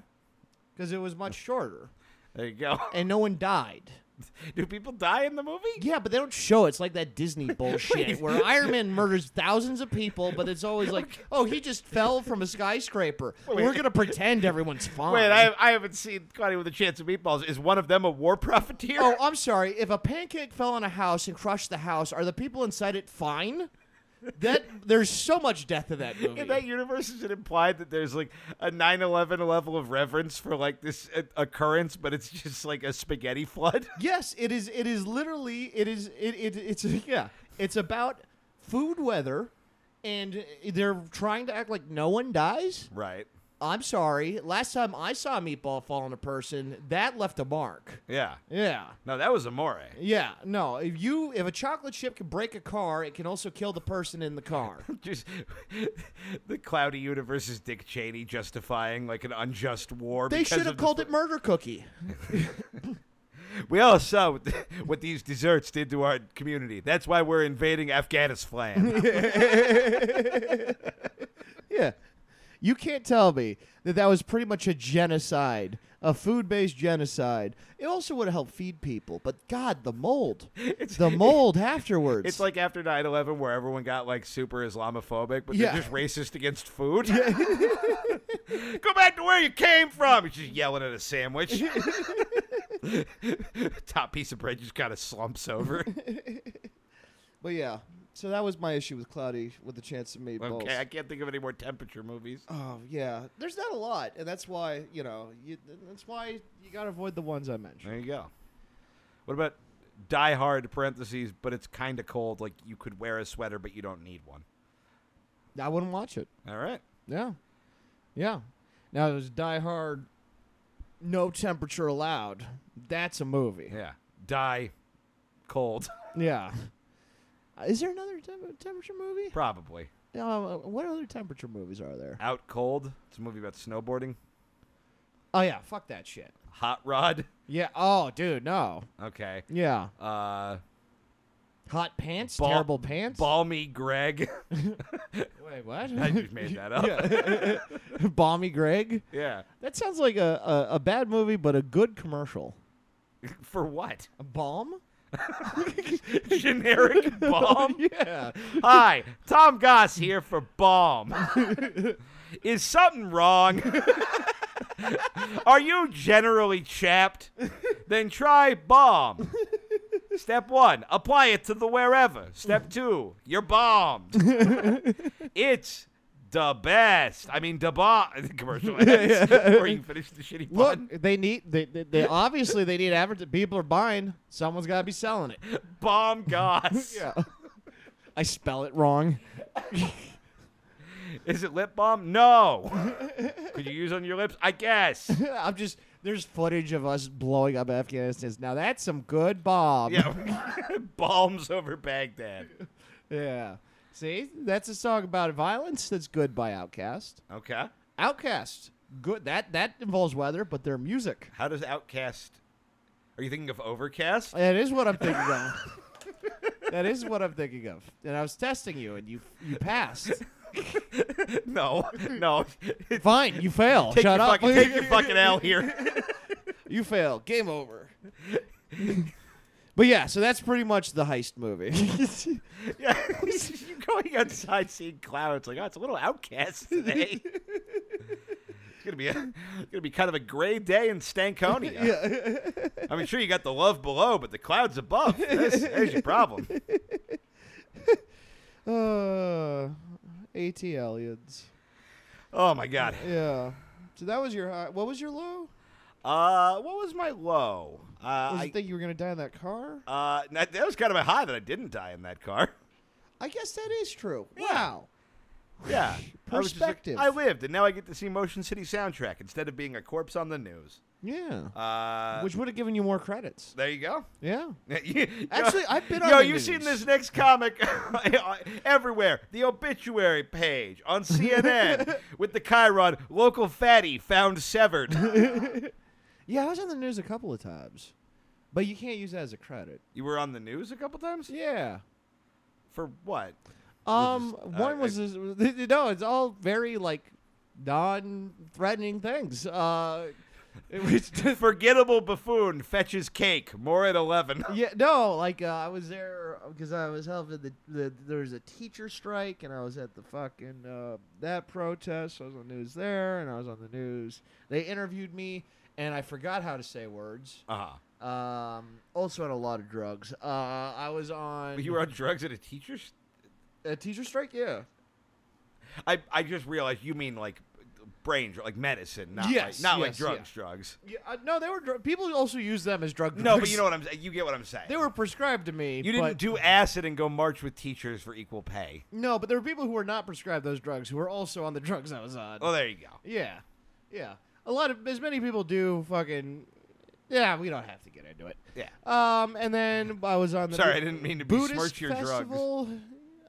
Speaker 2: because it was much shorter
Speaker 1: There you go.
Speaker 2: and no one died.
Speaker 1: Do people die in the movie?
Speaker 2: Yeah, but they don't show it. It's like that Disney bullshit where Iron Man murders thousands of people, but it's always like, oh, he just fell from a skyscraper. We're gonna pretend everyone's fine.
Speaker 1: Wait, I, I haven't seen Cloudy with a Chance of Meatballs. Is one of them a war profiteer?
Speaker 2: Oh, I'm sorry. If a pancake fell on a house and crushed the house, are the people inside it fine? That there's so much death in that movie.
Speaker 1: in that universe, is it implied that there's like a 9 11 level of reverence for like this uh, occurrence, but it's just like a spaghetti flood?
Speaker 2: yes, it is. It is literally. It is. It, it it's yeah. It's about food weather, and they're trying to act like no one dies.
Speaker 1: Right.
Speaker 2: I'm sorry. Last time I saw a meatball fall on a person, that left a mark.
Speaker 1: Yeah.
Speaker 2: Yeah.
Speaker 1: No, that was Amore.
Speaker 2: Yeah, no. If you if a chocolate chip can break a car, it can also kill the person in the car.
Speaker 1: Just the cloudy universe is Dick Cheney justifying like an unjust war.
Speaker 2: They
Speaker 1: because
Speaker 2: should
Speaker 1: of
Speaker 2: have
Speaker 1: the
Speaker 2: called
Speaker 1: fl-
Speaker 2: it murder cookie.
Speaker 1: We all saw what, th- what these desserts did to our community. That's why we're invading Afghanistan.
Speaker 2: Yeah. You can't tell me that that was pretty much a genocide, a food-based genocide. It also would have helped feed people, but God, the mold, the mold afterwards.
Speaker 1: it's like after 9 11, where everyone got like super Islamophobic, but
Speaker 2: Yeah.
Speaker 1: they're just racist against food. Go back to where you came from. He's just yelling at a sandwich. Top piece of bread just kind of slumps over.
Speaker 2: but yeah. So that was my issue with Cloudy with the chance of meatballs.
Speaker 1: Okay, I can't think of any more temperature movies.
Speaker 2: Oh yeah, there's not a lot, and that's why you know you, that's why you gotta avoid the ones I mentioned.
Speaker 1: There you go. What about Die Hard parentheses, but it's kind of cold. Like you could wear a sweater, but you don't need one.
Speaker 2: I wouldn't watch it.
Speaker 1: All right.
Speaker 2: Yeah, yeah. Now there's Die Hard, no temperature allowed. That's a movie.
Speaker 1: Yeah. Die cold.
Speaker 2: Yeah. Uh, Is there another tem- temperature movie?
Speaker 1: Probably.
Speaker 2: Uh, what other temperature movies are there?
Speaker 1: Out cold. It's a movie about snowboarding.
Speaker 2: Oh yeah, fuck that shit.
Speaker 1: Hot Rod.
Speaker 2: Yeah. Oh, dude, no.
Speaker 1: Okay.
Speaker 2: Yeah.
Speaker 1: Uh
Speaker 2: Hot pants,
Speaker 1: Bal-
Speaker 2: terrible pants.
Speaker 1: Balmy Greg.
Speaker 2: Wait, what?
Speaker 1: I just made that up. Yeah.
Speaker 2: Yeah. Balmy Greg. That sounds like a, a, a bad movie, but a good commercial.
Speaker 1: For what?
Speaker 2: A bomb?
Speaker 1: Generic balm?
Speaker 2: yeah.
Speaker 1: Hi, Tom Goss here for Balm. Is something wrong? Are you generally chapped? Then try Balm. Step one, apply it to the wherever. Step two, you're bombed. it's the best. I mean, the bomb commercial ends before you finish the shitty
Speaker 2: Look,
Speaker 1: pun.
Speaker 2: they need they, they, they obviously they need advertising. People are buying. Someone's got to be selling it.
Speaker 1: Bomb Goss.
Speaker 2: I spell it wrong.
Speaker 1: Is it lip balm? No. Could you use on your lips? I guess.
Speaker 2: I'm just there's footage of us blowing up Afghanistan. Now that's some good bomb.
Speaker 1: Yeah, bombs over Baghdad.
Speaker 2: Yeah. See, that's a song about violence. That's good by Outcast.
Speaker 1: Okay.
Speaker 2: Outcast. Good. That that involves weather, but their music.
Speaker 1: How does Outcast? Are you thinking of Overcast?
Speaker 2: That is what I'm thinking of. that is what I'm thinking of. And I was testing you, and you you passed.
Speaker 1: no, no. take
Speaker 2: Fine, you fail.
Speaker 1: your
Speaker 2: Shut up.
Speaker 1: fucking, take your fucking L here.
Speaker 2: You fail. Game over. but yeah, so that's pretty much the heist movie.
Speaker 1: yeah, you're going outside seeing clouds. Like, oh, it's a little Outcast today. it's gonna be a, gonna be kind of a gray day in Stankonia. I mean, sure you got the love below, but the clouds above. That's, that's your problem.
Speaker 2: Uh, AT aliens.
Speaker 1: Oh my god.
Speaker 2: Yeah. So that was your high. What was your low?
Speaker 1: Uh, what was my low? Uh,
Speaker 2: I
Speaker 1: I,
Speaker 2: didn't think you were gonna die in that car.
Speaker 1: uh, that, that was kind of a high that I didn't die in that car.
Speaker 2: I guess that is true.
Speaker 1: Yeah.
Speaker 2: Wow.
Speaker 1: Yeah. I was just like,
Speaker 2: Perspective.
Speaker 1: I, lived, and now I get to see Motion City soundtrack instead of being a corpse on the news.
Speaker 2: Yeah.
Speaker 1: Uh,
Speaker 2: Which would have given you more credits.
Speaker 1: there you go.
Speaker 2: Yeah.
Speaker 1: You-
Speaker 2: Actually, I've been
Speaker 1: yo,
Speaker 2: on
Speaker 1: Yo,
Speaker 2: the
Speaker 1: you've seen
Speaker 2: news.
Speaker 1: this next comic everywhere. The obituary page on CNN with the Chiron local fatty found severed.
Speaker 2: Yeah, I was on the news a couple of times, but you can't use that as a credit.
Speaker 1: you were on the news a couple times
Speaker 2: Yeah.
Speaker 1: for what?
Speaker 2: Um,
Speaker 1: just-
Speaker 2: one
Speaker 1: I-
Speaker 2: was this, no, it's all very like non-threatening things. Uh, it was
Speaker 1: Forgettable buffoon fetches cake. More at eleven.
Speaker 2: yeah, no, like uh, I was there because I was helping the, the there was a teacher strike and I was at the fucking uh, that protest. So I was on the news there and I was on the news. They interviewed me and I forgot how to say words.
Speaker 1: Uh huh.
Speaker 2: Um, also on a lot of drugs. Uh, I was on
Speaker 1: You were on drugs at a teacher's.
Speaker 2: a teacher strike. Yeah,
Speaker 1: I I just realized you mean like brain dr- like medicine, not
Speaker 2: Yes,
Speaker 1: like, not like
Speaker 2: yes,
Speaker 1: drugs, drugs.
Speaker 2: yeah. Uh, no, they were dr- people also use them as drug.
Speaker 1: No, but
Speaker 2: drugs.
Speaker 1: you know what I'm saying. You get what I'm saying.
Speaker 2: They were prescribed to me.
Speaker 1: You didn't
Speaker 2: but-
Speaker 1: do acid and go march with teachers for equal pay.
Speaker 2: No, but there were people who were not prescribed those drugs who were also on the drugs I was on.
Speaker 1: Oh, there you go.
Speaker 2: Yeah, yeah. A lot of as many people do fucking. Yeah, we don't have to get into it.
Speaker 1: Yeah.
Speaker 2: Um, and then I was on the
Speaker 1: Sorry, I didn't mean to
Speaker 2: Buddhist
Speaker 1: besmirch your drugs.
Speaker 2: festival.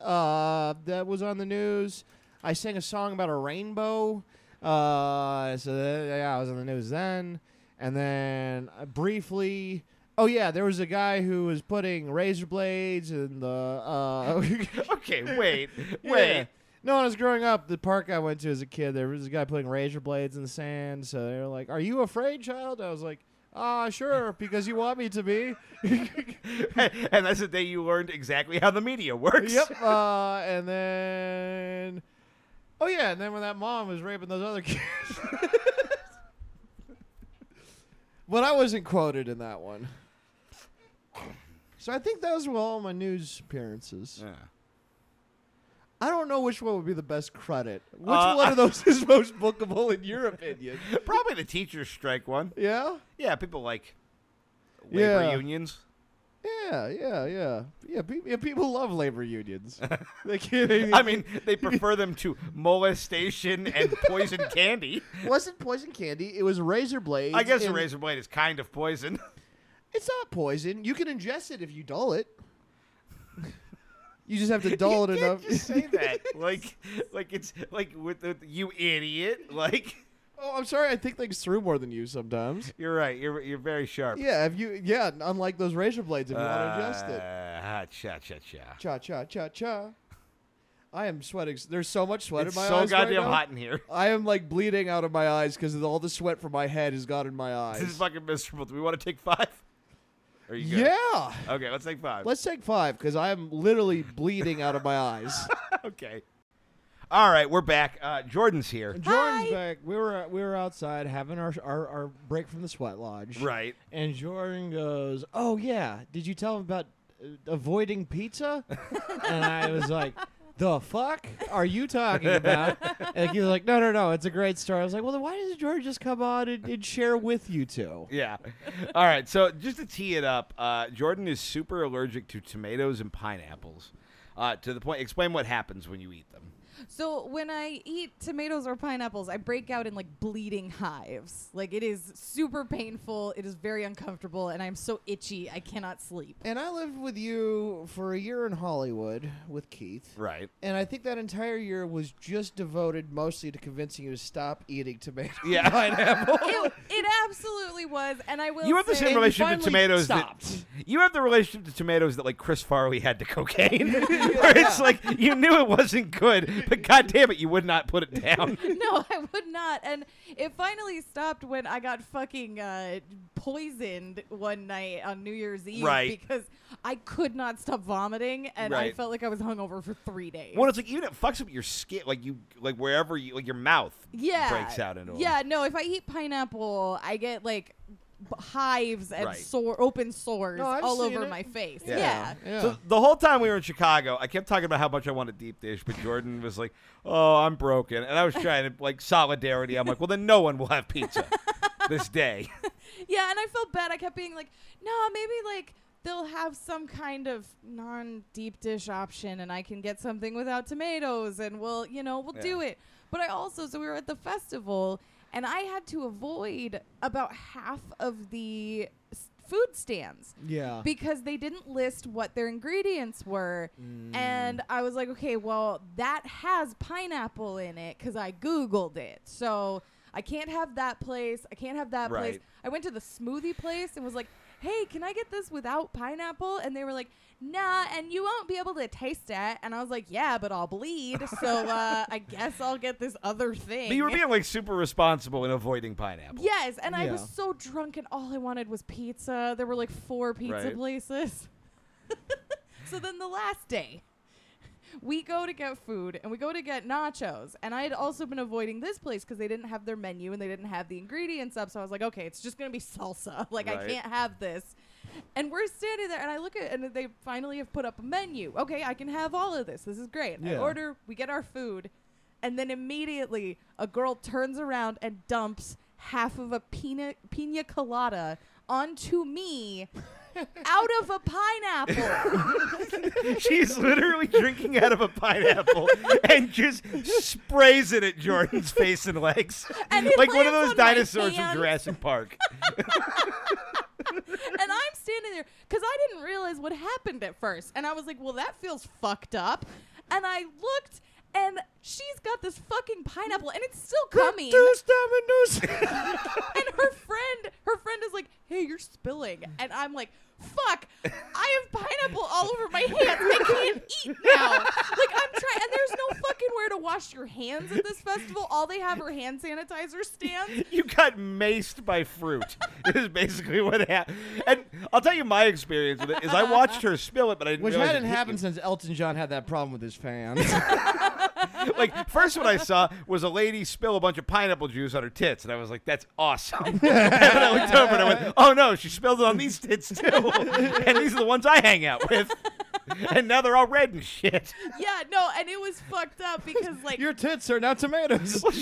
Speaker 2: Uh, that was on the news. I sang a song about a rainbow. Uh, so that, yeah, I was on the news then. And then uh, briefly, oh yeah, there was a guy who was putting razor blades in the uh,
Speaker 1: Okay, wait,
Speaker 2: Yeah.
Speaker 1: wait.
Speaker 2: No, when I was growing up, the park I went to as a kid, there was a guy putting razor blades in the sand. So they were like, "Are you afraid, child?" I was like, "Ah, sure, because you want me to be."
Speaker 1: and that's the day you learned exactly how the media works.
Speaker 2: yep. Uh, and then, oh yeah, and then when that mom was raping those other kids. but I wasn't quoted in that one. So I think those were all my news appearances.
Speaker 1: Yeah.
Speaker 2: I don't know which one would be the best credit. Which
Speaker 1: Uh,
Speaker 2: one of those is most bookable in your opinion?
Speaker 1: Probably the teachers' strike one.
Speaker 2: Yeah?
Speaker 1: Yeah, people like labor
Speaker 2: Yeah.
Speaker 1: unions.
Speaker 2: Yeah, yeah, yeah. Yeah, pe- yeah people love labor unions. they can't, they-
Speaker 1: I mean, they prefer them to molestation and poison candy.
Speaker 2: wasn't poison candy, it was razor blades.
Speaker 1: I guess a
Speaker 2: and-
Speaker 1: razor blade is kind of poison.
Speaker 2: It's not poison. You can ingest it if you dull it. you just have to dull
Speaker 1: you
Speaker 2: it
Speaker 1: can't
Speaker 2: enough.
Speaker 1: Just say that, like, like it's like with the, you idiot. Like,
Speaker 2: oh, I'm sorry. I think things through more than you sometimes.
Speaker 1: you're right. You're you're very sharp.
Speaker 2: Yeah, if you yeah, unlike those razor blades if you want to ingest it.
Speaker 1: Ah, cha cha cha.
Speaker 2: Cha cha cha cha. I am sweating. There's so much sweat
Speaker 1: It's
Speaker 2: in my
Speaker 1: so
Speaker 2: eyes. right
Speaker 1: goddamn
Speaker 2: now.
Speaker 1: hot in here.
Speaker 2: I am like bleeding out of my eyes because all the sweat from my head has got in my
Speaker 1: This is
Speaker 2: eyes.
Speaker 1: fucking miserable. Do we want to take five? Are you good?
Speaker 2: Yeah.
Speaker 1: Okay, let's take 5
Speaker 2: Let's take five because I am literally bleeding out of my eyes.
Speaker 1: okay. All right, we're back. Uh, Jordan's here.
Speaker 2: Jordan's back. We were we were outside having our, our our break from the sweat lodge.
Speaker 1: Right.
Speaker 2: And Jordan goes, "Oh yeah, did you tell him about uh, avoiding pizza?" and I was like, "The fuck are you talking about?" and he was like, "No, no, no, it's a great story." I was like, "Well, then why doesn't Jordan just come on and, and share with you two?
Speaker 1: Yeah. All right. So just to tee it up, uh, Jordan is super allergic to tomatoes and pineapples. Uh, to the point, explain what happens when you eat them.
Speaker 3: So when I eat tomatoes or pineapples, I break out in like bleeding hives. Like it is super painful. It is very uncomfortable, and I'm so itchy. I cannot sleep.
Speaker 2: And I lived with you for a year in Hollywood with Keith.
Speaker 1: Right.
Speaker 2: And I think that entire year was just devoted mostly to convincing you to stop eating tomatoes.
Speaker 1: Yeah.
Speaker 2: pineapple.
Speaker 3: it, it absolutely was, and I will.
Speaker 1: You have the
Speaker 3: say-
Speaker 1: same relationship to
Speaker 2: finally
Speaker 1: tomatoes. That,
Speaker 2: stopped.
Speaker 1: you have the relationship to tomatoes that like Chris Farley had to cocaine. Where it's like you knew it wasn't good, but goddamn it, you would not put it down.
Speaker 3: no, I would not. And it finally stopped when I got fucking uh, poisoned one night on New Year's Eve
Speaker 1: Right.
Speaker 3: because I could not stop vomiting, and I
Speaker 1: Right.
Speaker 3: felt like I was hungover for three days.
Speaker 1: Well, it's like even it fucks up your skin, like you, like wherever you, like your mouth
Speaker 3: yeah,
Speaker 1: breaks out into. 'em.
Speaker 3: Yeah, no. If I eat pineapple, I get like b- hives and
Speaker 1: Right.
Speaker 3: sore, open sores
Speaker 2: No, I've
Speaker 3: all
Speaker 2: seen
Speaker 3: over
Speaker 2: it.
Speaker 3: my face.
Speaker 1: Yeah.
Speaker 3: Yeah.
Speaker 2: Yeah.
Speaker 1: So the whole time we were in Chicago, I kept talking about how much I want a deep dish, but Jordan was like, "Oh, I'm broken," and I was trying to like solidarity. I'm like, "Well, then no one will have pizza this day."
Speaker 3: Yeah, and I felt bad. I kept being like, no, maybe like they'll have some kind of non deep dish option and I can get something without tomatoes and we'll, you know, we'll do
Speaker 1: Yeah.
Speaker 3: it. But I also, so we were at the festival and I had to avoid about half of the s- food stands
Speaker 2: yeah.
Speaker 3: because they didn't list what their ingredients were.
Speaker 1: Mm.
Speaker 3: And I was like, okay, well, that has pineapple in it because I Googled it. So I can't have that place. I can't have that place.
Speaker 1: Right.
Speaker 3: I went to the smoothie place and was like, hey, can I get this without pineapple? And they were like, nah, and you won't be able to taste it. And I was like, yeah, but I'll bleed. So uh, I guess I'll get this other thing.
Speaker 1: But you were being like super responsible in avoiding pineapple.
Speaker 3: Yes, and I was
Speaker 2: Yeah.
Speaker 3: so drunk, and all I wanted was pizza. There were like four pizza
Speaker 1: Right.
Speaker 3: places. so then the last day, we go to get food and we go to get nachos. And I had also been avoiding this place because they didn't have their menu and they didn't have the ingredients up. So I was like, okay, it's just going to be salsa. Like, I
Speaker 1: Right.
Speaker 3: can't have this. And we're standing there, and I look at, and they finally have put up a menu. Okay, I can have all of this. This is great. I
Speaker 2: Yeah.
Speaker 3: order, we get our food, and then immediately a girl turns around and dumps half of a pina pina colada onto me out of a pineapple.
Speaker 1: She's literally drinking out of a pineapple and just sprays it at Jordan's face and legs.
Speaker 3: And it
Speaker 1: like one of those
Speaker 3: lands on my
Speaker 1: dinosaurs from
Speaker 3: hand.
Speaker 1: Jurassic Park.
Speaker 3: and I'm standing there because I didn't realize what happened at first. And I was like, well, that feels fucked up. And I looked, and she's got this fucking pineapple, and it's still coming.
Speaker 2: Deuce dominoes.
Speaker 3: and her friend, her friend is like, "Hey, you're spilling," and I'm like, "Fuck! I have pineapple all over my hands. I can't eat now. Like I'm trying, and there's no fucking where to wash your hands at this festival. All they have are hand sanitizer stands.
Speaker 1: you got maced by fruit. is basically what happened. And I'll tell you my experience with it is I watched her spill it, but I didn't
Speaker 2: Which
Speaker 1: realize it
Speaker 2: hadn't
Speaker 1: hit you.
Speaker 2: happened since Elton John had that problem with his fans.
Speaker 1: like first what I saw was a lady spill a bunch of pineapple juice on her tits, and I was like, "That's awesome." and then I looked over and I went, "Oh no, she spilled it on these tits too." and these are the ones I hang out with, and now they're all red and shit.
Speaker 3: Yeah, no, and it was fucked up because like."
Speaker 2: Your tits are now tomatoes.
Speaker 1: Well,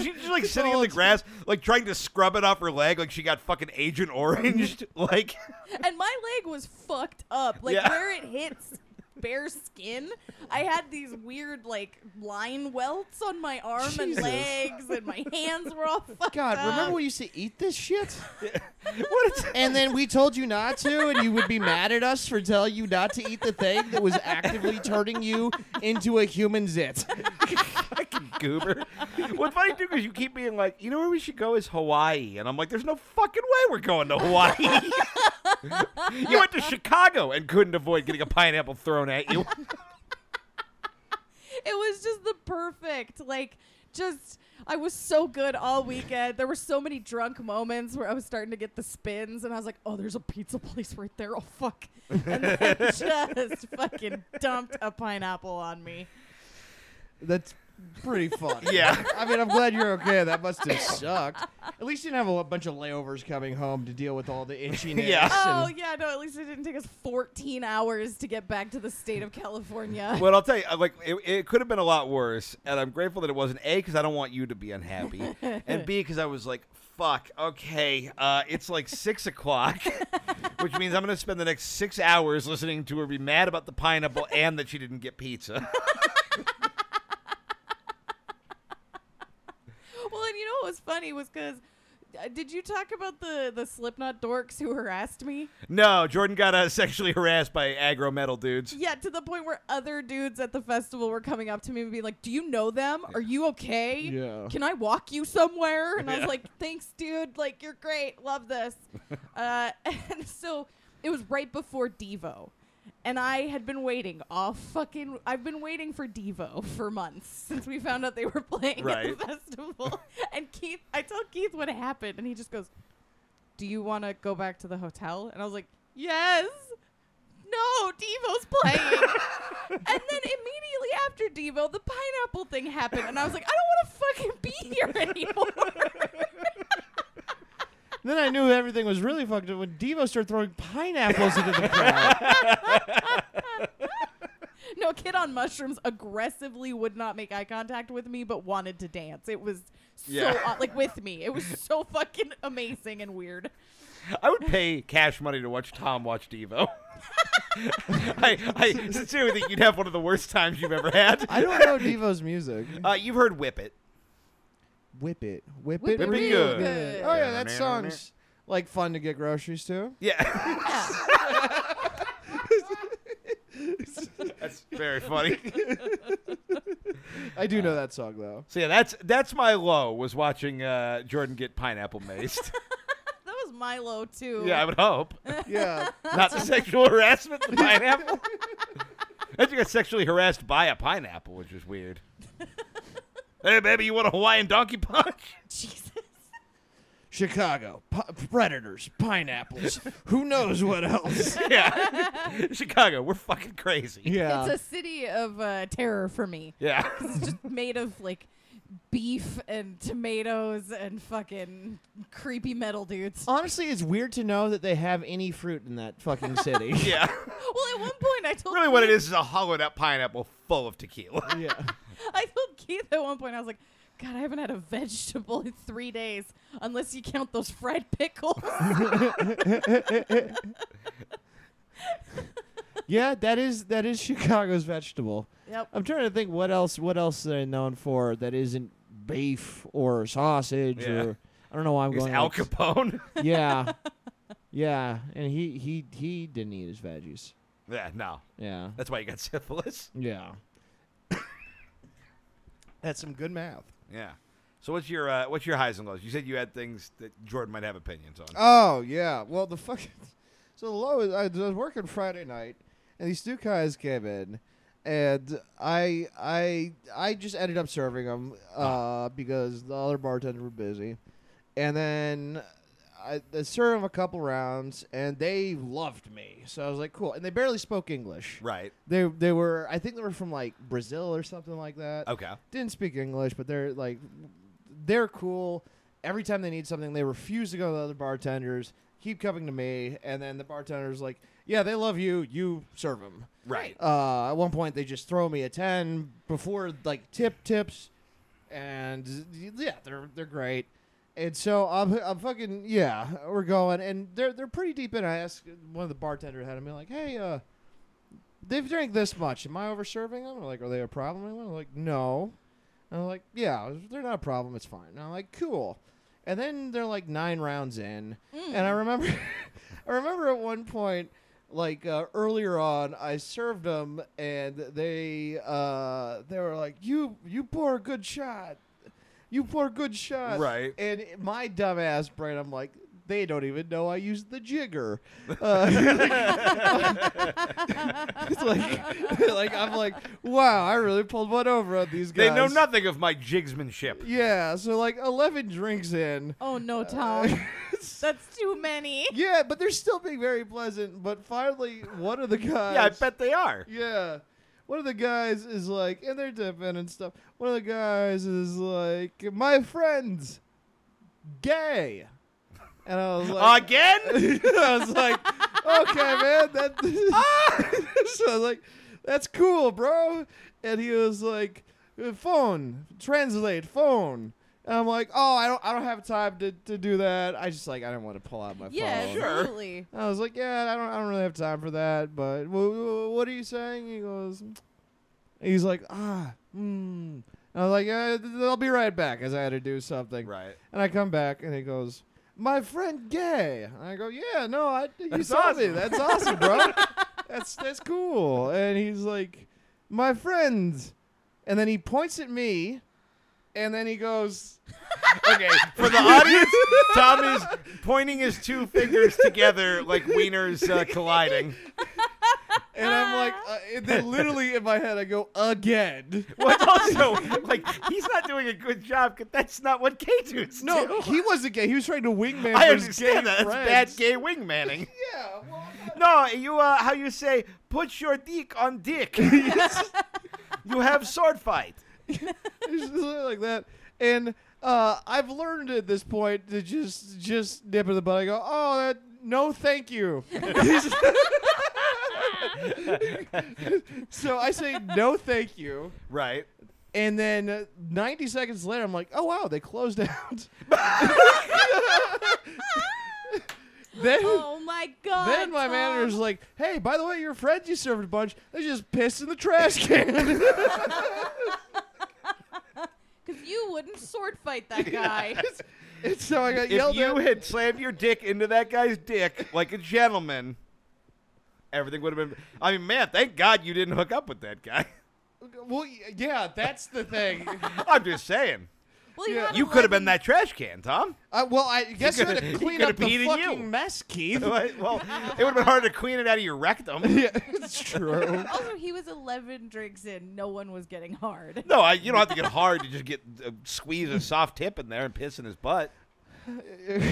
Speaker 1: she's just like sitting in the grass, like trying to scrub it off her leg, like she got fucking Agent Oranged. Like,
Speaker 3: and my leg was fucked up. Like
Speaker 1: Yeah.
Speaker 3: where it hits bare skin, I had these weird like line welts on my arm and
Speaker 2: Jesus.
Speaker 3: legs, and my hands were all fucked
Speaker 2: God,
Speaker 3: up.
Speaker 2: remember we used to eat this shit?
Speaker 1: what? Is,
Speaker 2: And then we told you not to, and you would be mad at us for telling you not to eat the thing that was actively turning you into a human zit.
Speaker 1: fucking goober. What's funny too is you keep being like, you know where we should go is Hawaii, and I'm like, there's no fucking way we're going to Hawaii. you went to Chicago and couldn't avoid getting a pineapple thrown at you.
Speaker 3: It was just the perfect, like, just. I was so good all weekend. There were so many drunk moments where I was starting to get the spins, and I was like, "Oh, there's a pizza place right there. Oh fuck!" And then just fucking dumped a pineapple on me.
Speaker 2: That's pretty funny.
Speaker 1: Yeah.
Speaker 2: I mean, I'm glad you're okay. That must have sucked. At least you didn't have a bunch of layovers coming home to deal with all the itchiness.
Speaker 1: Yeah.
Speaker 3: Oh
Speaker 2: and-
Speaker 3: yeah, no. At least it didn't take us 14 hours to get back to the state of California.
Speaker 1: Well, I'll tell you, I- like it, it could have been a lot worse, and I'm grateful that it wasn't. A, because I don't want you to be unhappy, and B, because I was like, "Fuck, okay, uh, it's like six o'clock," which means I'm going to spend the next six hours listening to her be mad about the pineapple and that she didn't get pizza.
Speaker 3: Well, and you know what was funny was because. Uh, did you talk about the the Slipknot dorks who harassed me?
Speaker 1: no, Jordan got uh, sexually harassed by aggro metal dudes.
Speaker 3: Yeah, to the point where other dudes at the festival were coming up to me and being like, "Do you know them? Are you okay?
Speaker 2: Yeah.
Speaker 3: Can I walk you somewhere?" And I
Speaker 1: Yeah.
Speaker 3: was like, "Thanks, dude. Like, you're great. Love this." uh, and so it was right before Devo, and I had been waiting all fucking. I've been waiting for Devo for months since we found out they were playing
Speaker 1: Right.
Speaker 3: at the festival. and Keith, I tell Keith what happened, and he just goes, "Do you want to go back to the hotel?" And I was like, "Yes." no, Devo's playing. and then immediately after Devo, the pineapple thing happened, and I was like, I don't want to fucking be here anymore.
Speaker 2: Then I I knew everything was really fucked up when Devo started throwing pineapples into the crowd.
Speaker 3: No, kid on mushrooms aggressively would not make eye contact with me, but wanted to dance. It was so
Speaker 1: Yeah.
Speaker 3: odd- like with me. It was so fucking amazing and weird.
Speaker 1: I would pay cash money to watch Tom watch Devo. I, I sincerely think you'd have one of the worst times you've ever had.
Speaker 2: I don't know Devo's music.
Speaker 1: Uh, you've heard "Whip It."
Speaker 2: Whip it, whip,
Speaker 3: Whip
Speaker 2: it,
Speaker 1: it real
Speaker 3: good.
Speaker 2: Oh yeah, that song's like fun to get groceries to.
Speaker 1: Yeah,
Speaker 3: Yeah.
Speaker 1: that's very funny.
Speaker 2: I do know that song though.
Speaker 1: So yeah, that's that's my low was watching uh, Jordan get pineapple maced.
Speaker 3: that was Milo too.
Speaker 1: yeah, I would hope
Speaker 2: Yeah,
Speaker 1: not the sexual harassment, the pineapple. I you got sexually harassed by a pineapple, which was weird. hey, baby, you want a Hawaiian donkey punch?
Speaker 3: Jesus.
Speaker 2: Chicago pi- predators, pineapples. Who knows what else?
Speaker 1: yeah, Chicago, we're fucking crazy.
Speaker 2: Yeah,
Speaker 3: It's a city of uh, terror for me.
Speaker 1: Yeah.
Speaker 3: It's just made of like beef and tomatoes and fucking creepy metal
Speaker 1: Oh.
Speaker 3: dudes.
Speaker 2: honestly, it's weird to know that they have any fruit in that fucking city.
Speaker 1: Yeah.
Speaker 3: Well, at one point I told
Speaker 1: Really, what it
Speaker 3: Keith-
Speaker 1: is is a hollowed out pineapple full of tequila.
Speaker 2: yeah,
Speaker 3: I told Keith at one point I was like, God, I haven't had a vegetable in three days, unless you count those fried pickles.
Speaker 2: yeah. That is that is Chicago's vegetable.
Speaker 3: yep.
Speaker 2: I'm trying to think what else what else they're known for that isn't beef or sausage
Speaker 1: Yeah.
Speaker 2: or I don't know why I'm
Speaker 1: Here's
Speaker 2: going.
Speaker 1: Al
Speaker 2: like-
Speaker 1: Capone.
Speaker 2: yeah, yeah, and he he he didn't eat his veggies.
Speaker 1: yeah, no.
Speaker 2: Yeah,
Speaker 1: That's why you got syphilis.
Speaker 2: yeah. That's some good math.
Speaker 1: Yeah. So what's your uh, what's your highs and lows? You said you had things that Jordan might have opinions on.
Speaker 2: Oh yeah. Well, the fucking so the low is I was working Friday night, and these two guys came in, and I I I just ended up serving them uh, because the other bartenders were busy, and then. I, I served them a couple rounds, and they loved me. So I was like, "Cool." And they barely spoke English.
Speaker 1: Right.
Speaker 2: They they were I think they were from like Brazil or something like that
Speaker 1: Okay.
Speaker 2: didn't speak English, but they're like, they're cool. Every time they need something, they refuse to go to the other bartenders. Keep coming to me, and then the bartender's like, "Yeah, they love you. You serve them."
Speaker 1: Right.
Speaker 2: Uh, at one point, they just throw me a ten before like tip tips, and yeah, they're they're great. And so I'm, I'm fucking yeah, we're going, and they're they're pretty deep in. I asked one of the bartenders had me like, hey, uh, they've drank this much. Am I overserving them? Or like, are they a problem? And I'm like, no. And I'm like, yeah, they're not a problem. It's fine. And I'm like, cool. And then they're like nine rounds in, and I
Speaker 1: Hmm.
Speaker 2: remember, I remember at one point, like uh, earlier on, I served them, and they uh, they were like, you you pour a good shot, you pour a good shot,
Speaker 1: Right.
Speaker 2: And my dumbass brain, I'm like. They don't even know I used the jigger. Uh, it's like, like I'm like, wow, I really pulled one over on these
Speaker 1: They
Speaker 2: guys.
Speaker 1: know nothing of my jigsmanship.
Speaker 2: Yeah, so like eleven drinks in.
Speaker 3: Oh
Speaker 1: Uh,
Speaker 3: no, Tom. That's too many.
Speaker 2: Yeah, but they're still being very pleasant. But finally, one of the guys.
Speaker 1: Yeah, I bet they are.
Speaker 2: Yeah, one of the guys is like, and they're dipping and stuff. One of the guys is like, my friends, gay, and I was like,
Speaker 1: Again?
Speaker 2: I was like, okay, man, that. so I was like, that's cool, bro. And he was like, uh, phone, translate, phone. And I'm like, oh, I don't, I don't have time to, to do that. I just like, I didn't want to pull out my
Speaker 3: Yeah,
Speaker 2: phone.
Speaker 1: Sure.
Speaker 3: absolutely.
Speaker 2: I was like, yeah, I don't, I don't really have time for that. But w- w- what are you saying? He goes, he's like, ah, hmm. I was like, yeah, I'll be right back, as I had to do something.
Speaker 1: Right.
Speaker 2: And I come back, and he goes, "My friend Gay." And I go, "Yeah, no, I you
Speaker 1: That's
Speaker 2: saw me.
Speaker 1: awesome."
Speaker 2: That's awesome, bro. that's that's cool." And he's like, "My friend," and then he points at me, and then he goes,
Speaker 1: Okay. For the audience, Tom is pointing his two fingers together like wieners uh, colliding.
Speaker 2: and I'm like, uh, and then literally in my head, I go again.
Speaker 1: Well, it's also like he's not doing a good job because that's not what gay dudes
Speaker 2: No,
Speaker 1: do.
Speaker 2: he wasn't gay. He was trying to wingman.
Speaker 1: I
Speaker 2: for his gay
Speaker 1: understand that. That's
Speaker 2: friends.
Speaker 1: bad gay wingmanning.
Speaker 2: Yeah. Well, I'm not-
Speaker 1: No, you uh, how you say put your dick on dick. you have sword fight.
Speaker 2: it's just like that. And uh, I've learned at this point to just just nip it in the bud. I go, oh, that, no, thank you. so I say no, thank you,
Speaker 1: right.
Speaker 2: and then uh, 90 seconds later, I'm like, oh wow, they closed out. then.
Speaker 3: Oh my god.
Speaker 2: Then my
Speaker 3: Tom.
Speaker 2: manager's
Speaker 1: um,
Speaker 2: like, "Hey, by the way, your friend you served a bunch, they just pissed in the trash can."
Speaker 3: Because you wouldn't sword fight that guy.
Speaker 2: and so I got
Speaker 1: If
Speaker 2: yelled
Speaker 1: you
Speaker 2: at.
Speaker 1: had slammed your dick into that guy's dick like a gentleman, everything would have been. I mean, man, thank God you didn't hook up with that guy.
Speaker 2: well, y- yeah, that's the thing.
Speaker 1: I'm just saying.
Speaker 3: Well, you
Speaker 2: Yeah.
Speaker 3: had
Speaker 1: You could have been
Speaker 3: 11
Speaker 1: that trash can, Tom.
Speaker 2: Uh, well, I guess you had to
Speaker 1: coulda- he
Speaker 2: clean
Speaker 1: coulda
Speaker 2: up the
Speaker 1: peed in you.
Speaker 2: fucking mess, Keith.
Speaker 1: Right? Well, it would have been hard to clean it out of your rectum.
Speaker 2: yeah, it's true.
Speaker 3: Also, he was 11 drinks in. No one was getting hard.
Speaker 1: No, I, you don't have to get hard to just get uh, squeeze a soft tip in there and piss in his butt. No,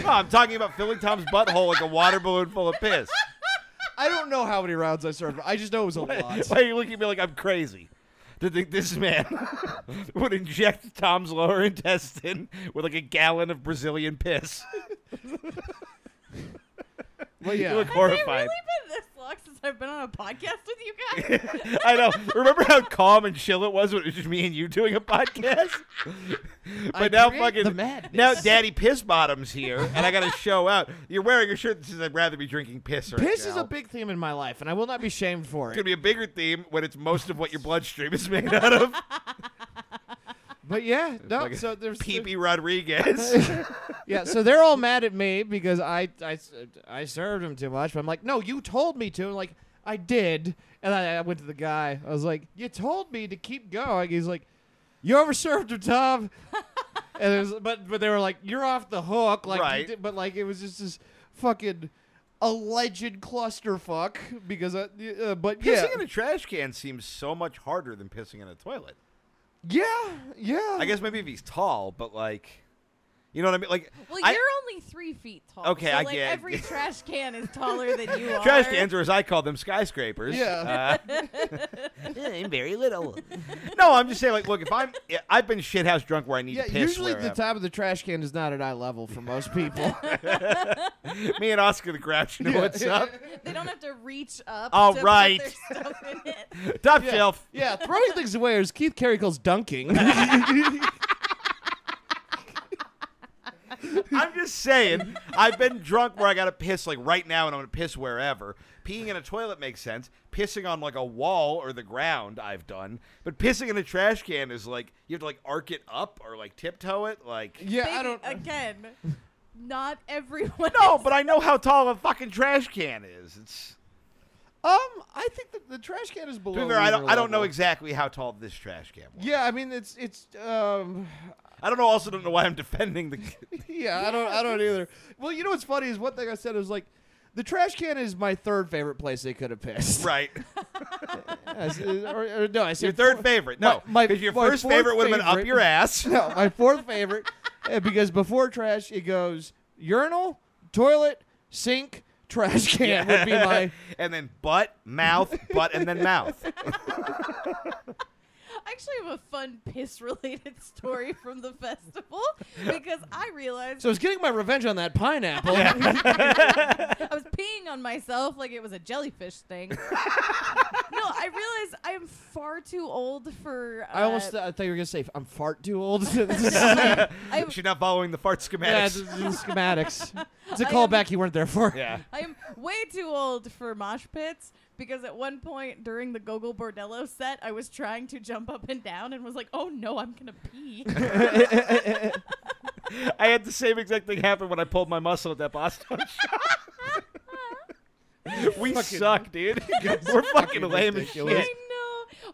Speaker 1: I'm talking about filling Tom's butthole like a water balloon full of piss.
Speaker 2: I don't know how many rounds I served. but I just know it was a lot.
Speaker 1: Why are you looking at me like I'm crazy? To think this man would inject Tom's lower intestine with like a gallon of Brazilian piss.
Speaker 2: Well, yeah.
Speaker 1: You look
Speaker 3: Has it really
Speaker 1: horrified.
Speaker 3: been this long since I've been on a podcast with you guys?
Speaker 1: I know. Remember how calm and chill it was when it was just me and you doing a podcast? but
Speaker 2: I
Speaker 1: now
Speaker 2: create
Speaker 1: fucking
Speaker 2: the madness.
Speaker 1: now Daddy Piss Bottom's here and I gotta show out. You're wearing a shirt that says I'd rather be drinking piss right
Speaker 2: Piss is
Speaker 1: now."
Speaker 2: a big theme in my life, and I will not be shamed for
Speaker 1: It's gonna
Speaker 2: it.
Speaker 1: be a bigger theme when it's most of what your bloodstream is made out of.
Speaker 2: But yeah, no.
Speaker 1: Fucking
Speaker 2: So there's
Speaker 1: Pee Rodriguez.
Speaker 2: yeah, so they're all mad at me because I, I I served him too much. But I'm like, no, you told me to. And like I did, and I, I went to the guy. I was like, you told me to keep going. He's like, you overserved him, Tom. and it was, but but they were like, you're off the hook. Like, you
Speaker 1: Right.
Speaker 2: did- but like it was just this fucking alleged clusterfuck because I, uh, but yeah,
Speaker 1: Pissing in a trash can seems so much harder than pissing in a toilet.
Speaker 2: yeah, yeah.
Speaker 1: I guess maybe if he's tall, but like, you know what I mean? Like,
Speaker 3: Well,
Speaker 1: I-
Speaker 3: you're only three feet tall.
Speaker 1: Okay,
Speaker 3: so,
Speaker 1: I
Speaker 3: like,
Speaker 1: get-
Speaker 3: Every trash can is taller than you are.
Speaker 1: trash cans, or as I call them, skyscrapers.
Speaker 2: Yeah.
Speaker 1: Uh, no, I'm just saying. Like, look, if I'm, I've been shithouse drunk where I need
Speaker 2: yeah,
Speaker 1: to piss.
Speaker 2: usually the
Speaker 1: wherever.
Speaker 2: top of the trash can is not at eye level for most people.
Speaker 1: Me and Oscar the Grouch know
Speaker 2: Yeah.
Speaker 1: what's up.
Speaker 3: They don't have to reach up.
Speaker 1: All
Speaker 3: to
Speaker 1: right.
Speaker 3: Put their stuff in it.
Speaker 1: Top
Speaker 2: Yeah.
Speaker 1: shelf.
Speaker 2: Yeah, throwing things away is Keith Carey calls dunking.
Speaker 1: I'm just saying, I've been drunk where I gotta piss like right now, and I'm gonna piss wherever. Peeing in a toilet makes sense. Pissing on like a wall or the ground, I've done. But pissing in a trash can is like you have to like arc it up or like tiptoe it. Like,
Speaker 2: yeah,
Speaker 3: Big-
Speaker 2: I don't.
Speaker 3: Again, not everyone.
Speaker 1: no,
Speaker 3: is-
Speaker 1: but I know how tall a fucking trash can is. It's
Speaker 2: um, I think that the trash can is below.
Speaker 1: To be fair, I don't,
Speaker 2: river
Speaker 1: I don't know
Speaker 2: level.
Speaker 1: exactly how tall this trash can was.
Speaker 2: Yeah, I mean it's it's um,
Speaker 1: I don't know. Also, don't know why I'm defending the.
Speaker 2: yeah, I don't I don't either. Well, you know what's funny is one thing I said was like, the trash can is my third favorite place they could have pissed.
Speaker 1: right.
Speaker 2: I s- or, or no, I said
Speaker 1: Your third favorite. No.
Speaker 2: my-
Speaker 1: Because your
Speaker 2: my
Speaker 1: first
Speaker 2: fourth
Speaker 1: favorite would have been up
Speaker 2: favorite-
Speaker 1: your ass.
Speaker 2: No, my fourth favorite uh, because before trash it goes urinal, toilet, sink, trash can would be my.
Speaker 1: and then butt, mouth, butt, and then mouth.
Speaker 3: I actually have a fun piss-related story from the festival because I realized
Speaker 2: So I was getting my revenge on that pineapple.
Speaker 3: I was peeing on myself like it was a jellyfish thing. no, I realized I am far too old for. Uh,
Speaker 2: I almost I thought you were gonna say I'm fart too old. yeah,
Speaker 3: I,
Speaker 1: She's not following the fart
Speaker 2: it's,
Speaker 1: schematics.
Speaker 2: it's schematics. It's a
Speaker 3: I am-
Speaker 2: callback you weren't there for.
Speaker 1: Yeah.
Speaker 3: I am way too old for mosh pits because at one point during the Gogol Bordello set, I was trying to jump up and down and was like, "Oh no, I'm gonna pee."
Speaker 1: I had the same exact thing happen when I pulled my muscle at that Boston show. we suck, dude. We're fucking lame as
Speaker 2: ridiculous.
Speaker 1: shit.
Speaker 3: I know.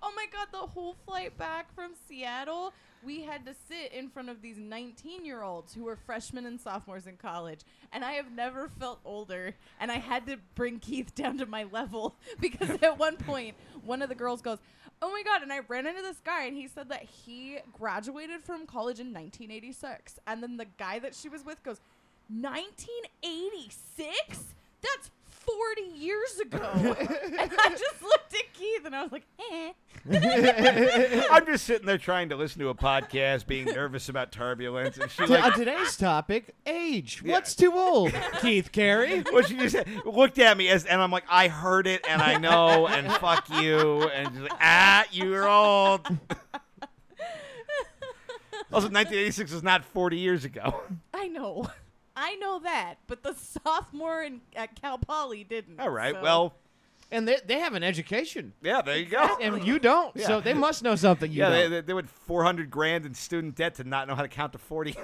Speaker 3: Oh my god, the whole flight back from Seattle, we had to sit in front of these 19-year-olds who were freshmen and sophomores in college, and I have never felt older, and I had to bring Keith down to my level because at one point, one of the girls goes, "Oh my god," and I ran into this guy and he said that he graduated from college in 1986, and then the guy that she was with goes, "1986? That's 40 years ago. and I just looked at Keith and I was like, eh.
Speaker 1: I'm just sitting there trying to listen to a podcast, being nervous about turbulence, and she
Speaker 2: T- on
Speaker 1: like,
Speaker 2: today's topic, age.
Speaker 1: Yeah.
Speaker 2: What's too old? Keith Carey.
Speaker 1: well, she just looked at me as, and I'm like, I heard it, and I know, and fuck you, and she's like, ah, you're old. Also, 1986 was not 40 years ago.
Speaker 3: I know. I know that, but the sophomore in, at Cal Poly didn't.
Speaker 1: All right,
Speaker 3: so-
Speaker 1: well,
Speaker 2: And they, they have an education.
Speaker 1: yeah, there you go.
Speaker 2: And you don't.
Speaker 1: Yeah.
Speaker 2: So they must know something you
Speaker 1: Yeah, they,
Speaker 2: don't.
Speaker 1: they, they went 400 grand in student debt to not know how to count to 40.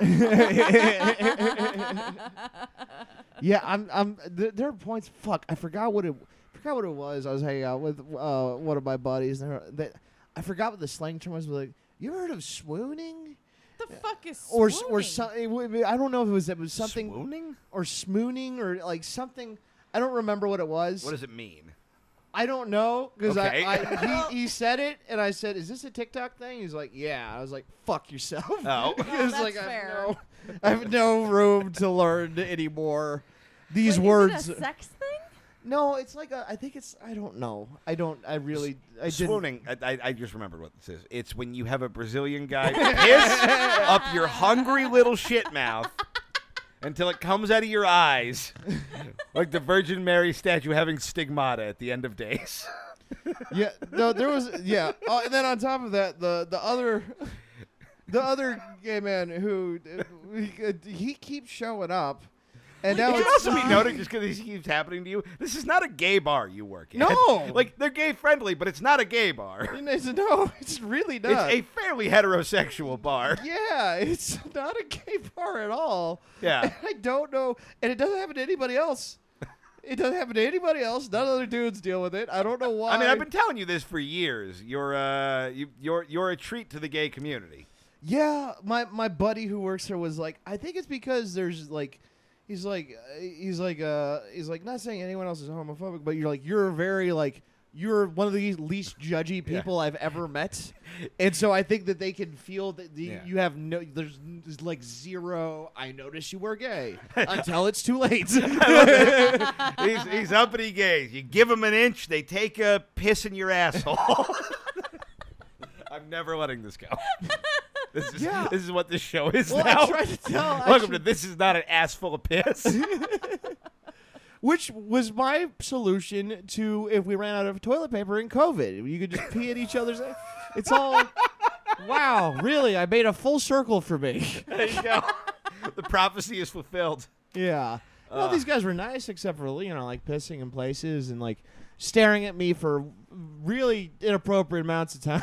Speaker 2: yeah, I'm. I'm. Th- there are points. Fuck, I forgot what it. Forgot what it was. I was hanging out with uh, one of my buddies, and they- they, I forgot what the slang term was. But like, you ever heard of swooning?
Speaker 3: the fuck is
Speaker 2: Or s- or
Speaker 3: swooning?
Speaker 2: something? I don't know if it was. It was something
Speaker 1: Swooning?
Speaker 2: or smooning or like something. I don't remember what it was.
Speaker 1: What does it mean?
Speaker 2: I don't know because
Speaker 1: Okay.
Speaker 2: I, I he, he said it and I said, "Is this a TikTok thing?" He's like, "Yeah." I was like, "Fuck yourself."
Speaker 1: Oh.
Speaker 2: It
Speaker 3: No,
Speaker 2: was
Speaker 3: that's
Speaker 2: like, I have
Speaker 3: fair.
Speaker 2: no- I have no room to learn anymore. These
Speaker 3: Wait,
Speaker 2: words.
Speaker 3: Is it a sex thing?
Speaker 2: no, it's like a, I think it's. I don't know. I don't. I really. I didn't.
Speaker 1: Swooning. I, I, I just remembered what this is. It's when you have a Brazilian guy piss up your hungry little shit mouth until it comes out of your eyes, like the Virgin Mary statue having stigmata at the end of days.
Speaker 2: Yeah. No, there was. Yeah. Oh, and then on top of that, the the other. The other gay man who he keeps showing up, and now
Speaker 1: It should
Speaker 2: it's
Speaker 1: also be noted, just because this keeps happening to you, this is not a gay bar you work at.
Speaker 2: No.
Speaker 1: like they're gay friendly, but it's not a gay bar.
Speaker 2: And I said, no, it's really
Speaker 1: It's
Speaker 2: not.
Speaker 1: a fairly heterosexual bar.
Speaker 2: yeah, it's not a gay bar at all.
Speaker 1: Yeah.
Speaker 2: And I don't know, and it doesn't happen to anybody else. It doesn't happen to anybody else. None of the other dudes deal with it. I don't know why.
Speaker 1: I mean, I've been telling you this for years. You're uh, you, you're you're a treat to the gay community.
Speaker 2: Yeah, my my buddy who works here was like, I think it's because there's like, he's like, uh, he's like, uh, he's like, not saying anyone else is homophobic, but you're like, you're very like, you're one of the least judgy people I've ever met, and so I think that they can feel that the,
Speaker 1: Yeah.
Speaker 2: you have no, there's, n- there's like zero. I noticed you were gay until it's too late.
Speaker 1: These these uppity gays, you give them an inch, they take a piss in your asshole. I'm never letting this go. This is
Speaker 2: Yeah.
Speaker 1: this is what this show is
Speaker 2: well,
Speaker 1: now.
Speaker 2: I tried to tell.
Speaker 1: Welcome
Speaker 2: actually-
Speaker 1: to this is not an ass full of piss.
Speaker 2: Which was my solution to if we ran out of toilet paper in COVID. You could just pee at each other's. It's all. Wow, really? I made a full circle for me.
Speaker 1: there you go. The prophecy is fulfilled.
Speaker 2: yeah. well, these guys were nice, except for you know, like pissing in places and like staring at me for really inappropriate amounts of time.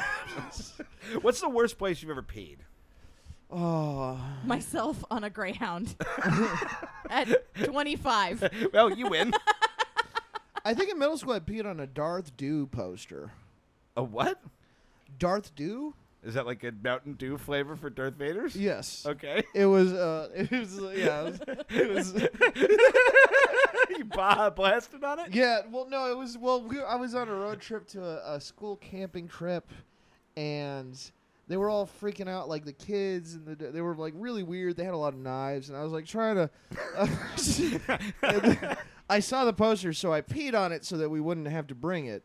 Speaker 1: What's the worst place you've ever peed?
Speaker 2: oh,
Speaker 3: Myself on a greyhound at 25.
Speaker 1: Well, you win.
Speaker 2: I think in middle school I peed on a Darth Dew poster.
Speaker 1: a what?
Speaker 2: Darth Dew?
Speaker 1: Is that like a Mountain Dew flavor for Darth Vader's?
Speaker 2: Yes.
Speaker 1: Okay.
Speaker 2: It was. Uh, it was. Yeah. It was. It was
Speaker 1: you bah blasted on it?
Speaker 2: Yeah, well, no, it was well. We, I was on a road trip to a, a school camping trip, and they were all freaking out, like the kids, and the, they were like really weird. They had a lot of knives, and I was like trying to. and then I saw the poster, so I peed on it so that we wouldn't have to bring it,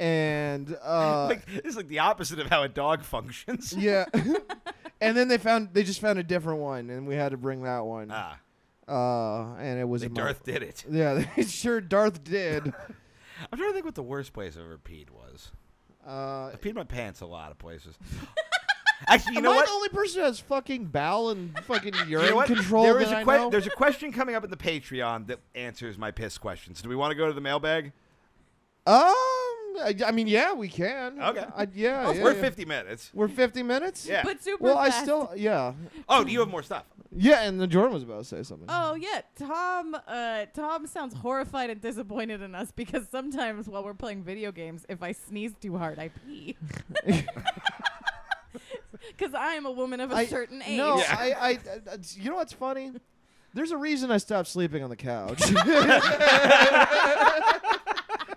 Speaker 2: and uh,
Speaker 1: Like this is like the opposite of how a dog functions.
Speaker 2: yeah, and then they found they just found a different one, and we had to bring that one,
Speaker 1: Ah,
Speaker 2: uh, and it was
Speaker 1: they
Speaker 2: a mo-
Speaker 1: Darth did it.
Speaker 2: Yeah, they sure Darth did.
Speaker 1: I'm trying to think what the worst place I've ever peed was.
Speaker 2: Uh,
Speaker 1: I peed my pants a lot of places. Actually, you know
Speaker 2: Am I
Speaker 1: what?
Speaker 2: the only person who has fucking bowel and fucking
Speaker 1: You
Speaker 2: urine
Speaker 1: know what?
Speaker 2: control?
Speaker 1: There
Speaker 2: that
Speaker 1: is a
Speaker 2: I
Speaker 1: que-
Speaker 2: know?
Speaker 1: there's a question coming up in the Patreon that answers my piss questions. Do we want to go to the mailbag?
Speaker 2: Um, I, I mean, yeah, we can.
Speaker 1: Okay.
Speaker 2: I, yeah, Oh, yeah,
Speaker 1: We're
Speaker 2: yeah.
Speaker 1: 50 minutes.
Speaker 2: We're 50 minutes?
Speaker 1: Yeah.
Speaker 3: But super
Speaker 2: Well, I
Speaker 3: fast.
Speaker 2: still, yeah.
Speaker 1: Oh, do you have more stuff?
Speaker 2: Yeah, and the Jordan was about to say something.
Speaker 3: Oh yeah, Tom. Uh, Tom sounds horrified and disappointed in us because sometimes while we're playing video games, if I sneeze too hard, I pee. Because I am a woman of a
Speaker 2: I-
Speaker 3: certain age.
Speaker 2: No,
Speaker 1: Yeah.
Speaker 2: I, I, I- you know what's funny? There's a reason I stopped sleeping on the couch.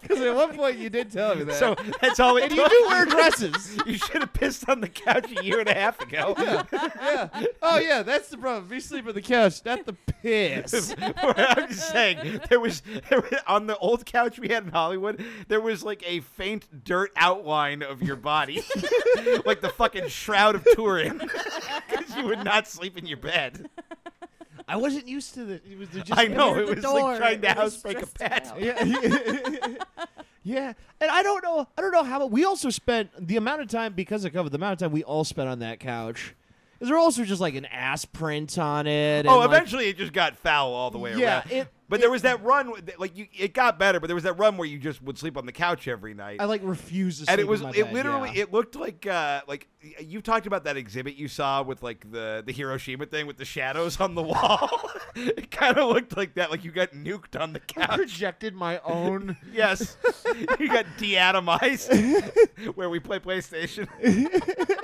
Speaker 2: Because at one point you did tell me that.
Speaker 1: So that's all it
Speaker 2: and you do wear dresses.
Speaker 1: You should have pissed on the couch a year and a half ago.
Speaker 2: yeah. Oh yeah, that's the problem. You sleep on the couch, not the piss.
Speaker 1: I'm just saying, there was, there was on the old couch we had in Hollywood, there was like a faint dirt outline of your body, like the fucking shroud of Turin, because you would not sleep in your bed.
Speaker 2: I wasn't used to the. It was just,
Speaker 1: I know
Speaker 3: near
Speaker 1: it
Speaker 3: the
Speaker 1: was
Speaker 3: door,
Speaker 1: like trying to
Speaker 3: it was
Speaker 1: housebreak a
Speaker 3: stressed
Speaker 1: pet.
Speaker 3: out.
Speaker 2: Yeah. yeah. And I don't know. I don't know how. We also spent the amount of time because of COVID. The amount of time we all spent on that couch. Is there also just like an ass print on it? and,
Speaker 1: Oh,
Speaker 2: like-
Speaker 1: eventually it just got foul all the way
Speaker 2: Yeah,
Speaker 1: around.
Speaker 2: it-
Speaker 1: but there was that run, with- like you, it got better. But there was that run where you just would sleep on the couch every night.
Speaker 2: I like refuse to. Sleep
Speaker 1: and it was
Speaker 2: in my
Speaker 1: it
Speaker 2: bed,
Speaker 1: literally
Speaker 2: yeah.
Speaker 1: it looked like uh like y- you talked about that exhibit you saw with like the the Hiroshima thing with the shadows on the wall. it kind of looked like that, like you got nuked on the
Speaker 2: I
Speaker 1: couch.
Speaker 2: projected my own.
Speaker 1: yes, you got deatomized where we play PlayStation.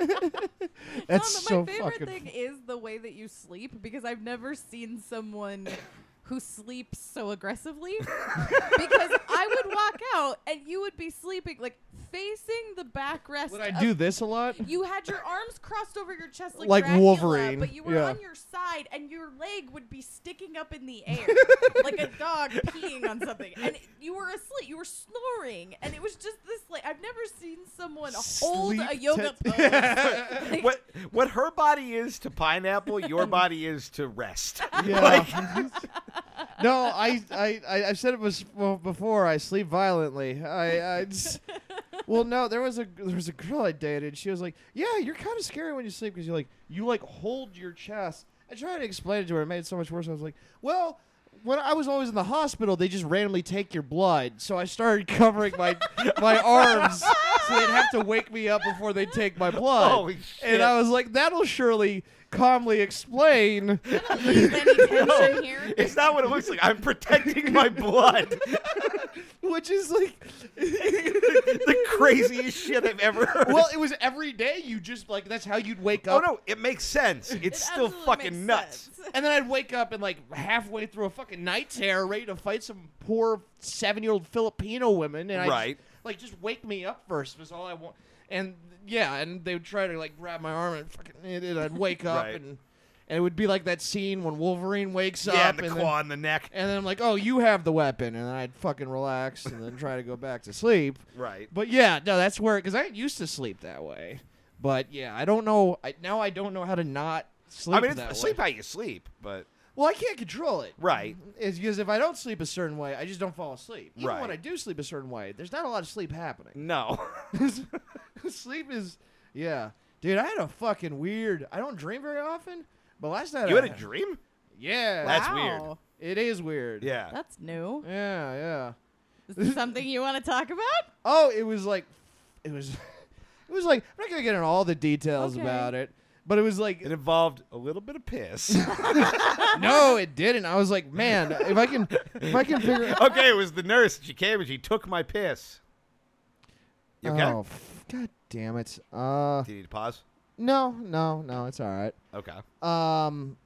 Speaker 2: That's
Speaker 3: no,
Speaker 2: so
Speaker 3: but my favorite
Speaker 2: fucking.
Speaker 3: thing is the way that you sleep because I've never seen someone who sleeps so aggressively because I would walk out and you would be sleeping like facing the backrest.
Speaker 2: Would I
Speaker 3: of-
Speaker 2: do this a lot?
Speaker 3: You had your arms crossed over your chest like,
Speaker 2: Like
Speaker 3: Dracula,
Speaker 2: Wolverine,
Speaker 3: but you were
Speaker 2: yeah.
Speaker 3: on your side and your leg would be sticking up in the air like a dog peeing on something, and you were asleep. You were snoring, and it was just this like I've never seen someone hold
Speaker 2: Sleep
Speaker 3: a yoga
Speaker 2: tet-
Speaker 3: pose. Like,
Speaker 1: what what her body is to pineapple, your body is to rest.
Speaker 2: Yeah.
Speaker 1: Like-
Speaker 2: no, I, I, I, I've said it was well, before. I sleep violently. I, I just- well, no, there was a there was a girl I dated. She was like, "Yeah, you're kind of scary when you sleep because you like you like hold your chest." I tried to explain it to her. It made it so much worse. I was like, "Well." When I was always in the hospital, they just randomly take your blood. So I started covering my my arms, so they'd have to wake me up before they take my blood.
Speaker 1: Holy shit.
Speaker 2: And I was like, "That'll surely calmly explain
Speaker 3: Is any tension
Speaker 1: No.
Speaker 3: here?
Speaker 1: It's not what it looks like. I'm protecting my blood.
Speaker 2: which is like
Speaker 1: the craziest shit I've ever heard.
Speaker 2: well it was every day you just like that's how you'd wake
Speaker 1: oh
Speaker 2: up
Speaker 1: no, it makes sense. It's
Speaker 3: It
Speaker 1: still
Speaker 3: absolutely makes
Speaker 1: fucking nuts.
Speaker 3: sense.
Speaker 2: and then i'd wake up and like halfway through a fucking night terror ready to fight some poor seven-year-old filipino women and i
Speaker 1: Right.
Speaker 2: like just wake me up first was all i want and yeah and they would try to like grab my arm and fucking and i'd wake up
Speaker 1: Right.
Speaker 2: and and it would be like that scene when wolverine wakes
Speaker 1: yeah,
Speaker 2: up
Speaker 1: and the
Speaker 2: and then-
Speaker 1: claw on the neck.
Speaker 2: and then I'm like, oh, you have the weapon, and I'd fucking relax and then try to go back to sleep.
Speaker 1: Right.
Speaker 2: But yeah, no, that's where because I used to sleep that way. But yeah, I don't know. I, now I don't know how to not sleep.
Speaker 1: I mean,
Speaker 2: that
Speaker 1: it's,
Speaker 2: way.
Speaker 1: sleep how you sleep, but
Speaker 2: Well, I can't control it.
Speaker 1: Right.
Speaker 2: It's because if I don't sleep a certain way, I just don't fall asleep. Even
Speaker 1: Right.
Speaker 2: when I do sleep a certain way, there's not a lot of sleep happening.
Speaker 1: no.
Speaker 2: sleep is, yeah, dude. I had a fucking weird. I don't dream very often, but last night
Speaker 1: you
Speaker 2: I
Speaker 1: had a dream?
Speaker 2: Yeah,
Speaker 1: That's weird.
Speaker 3: Wow.
Speaker 2: it is weird.
Speaker 1: Yeah.
Speaker 3: That's new.
Speaker 2: yeah, yeah.
Speaker 3: Is this something you want to talk about?
Speaker 2: Oh, it was like, it was, it was like I'm not gonna get into all the details
Speaker 3: Okay.
Speaker 2: about it, but it was like
Speaker 1: it involved a little bit of piss.
Speaker 2: no, it didn't. I was like, man, if I can, if I can figure.
Speaker 1: okay, it was the nurse. She came and she took my piss. You okay?
Speaker 2: Oh, f- god damn it. Uh,
Speaker 1: Do you need to pause?
Speaker 2: no, no, no, it's all right.
Speaker 1: Okay.
Speaker 2: Um,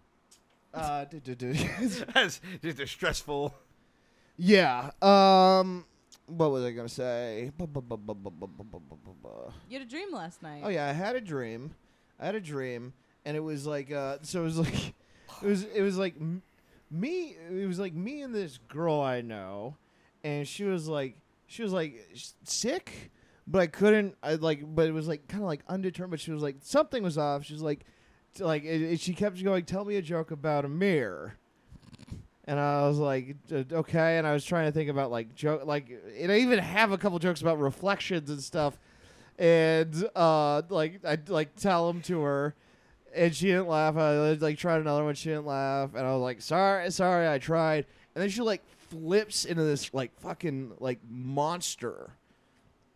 Speaker 2: uh, duh, duh, duh.
Speaker 1: That's just a stressful.
Speaker 2: yeah. Um, what was I gonna say? Bu- bu- bu- bu- bu- bu- bu- bu- bu- bu- bu-
Speaker 3: You had a dream last night.
Speaker 2: Oh yeah, I had a dream. I had a dream, and it was like uh, so it was like it was it was like m- me. It was like me and this girl I know, and she was like she was like s- sick, but I couldn't. I like, but it was like kind of like undetermined. But she was like something was off. She was like t- like it, it- she kept going. Tell me a joke about a mirror. And I was like, "Uh, okay. And I was trying to think about like joke, like, and I even have a couple jokes about reflections and stuff and uh, like I like tell them to her, and she didn't laugh. I like tried another one, she didn't laugh, and I was like, sorry, sorry, I tried, and then she like flips into this like fucking like monster.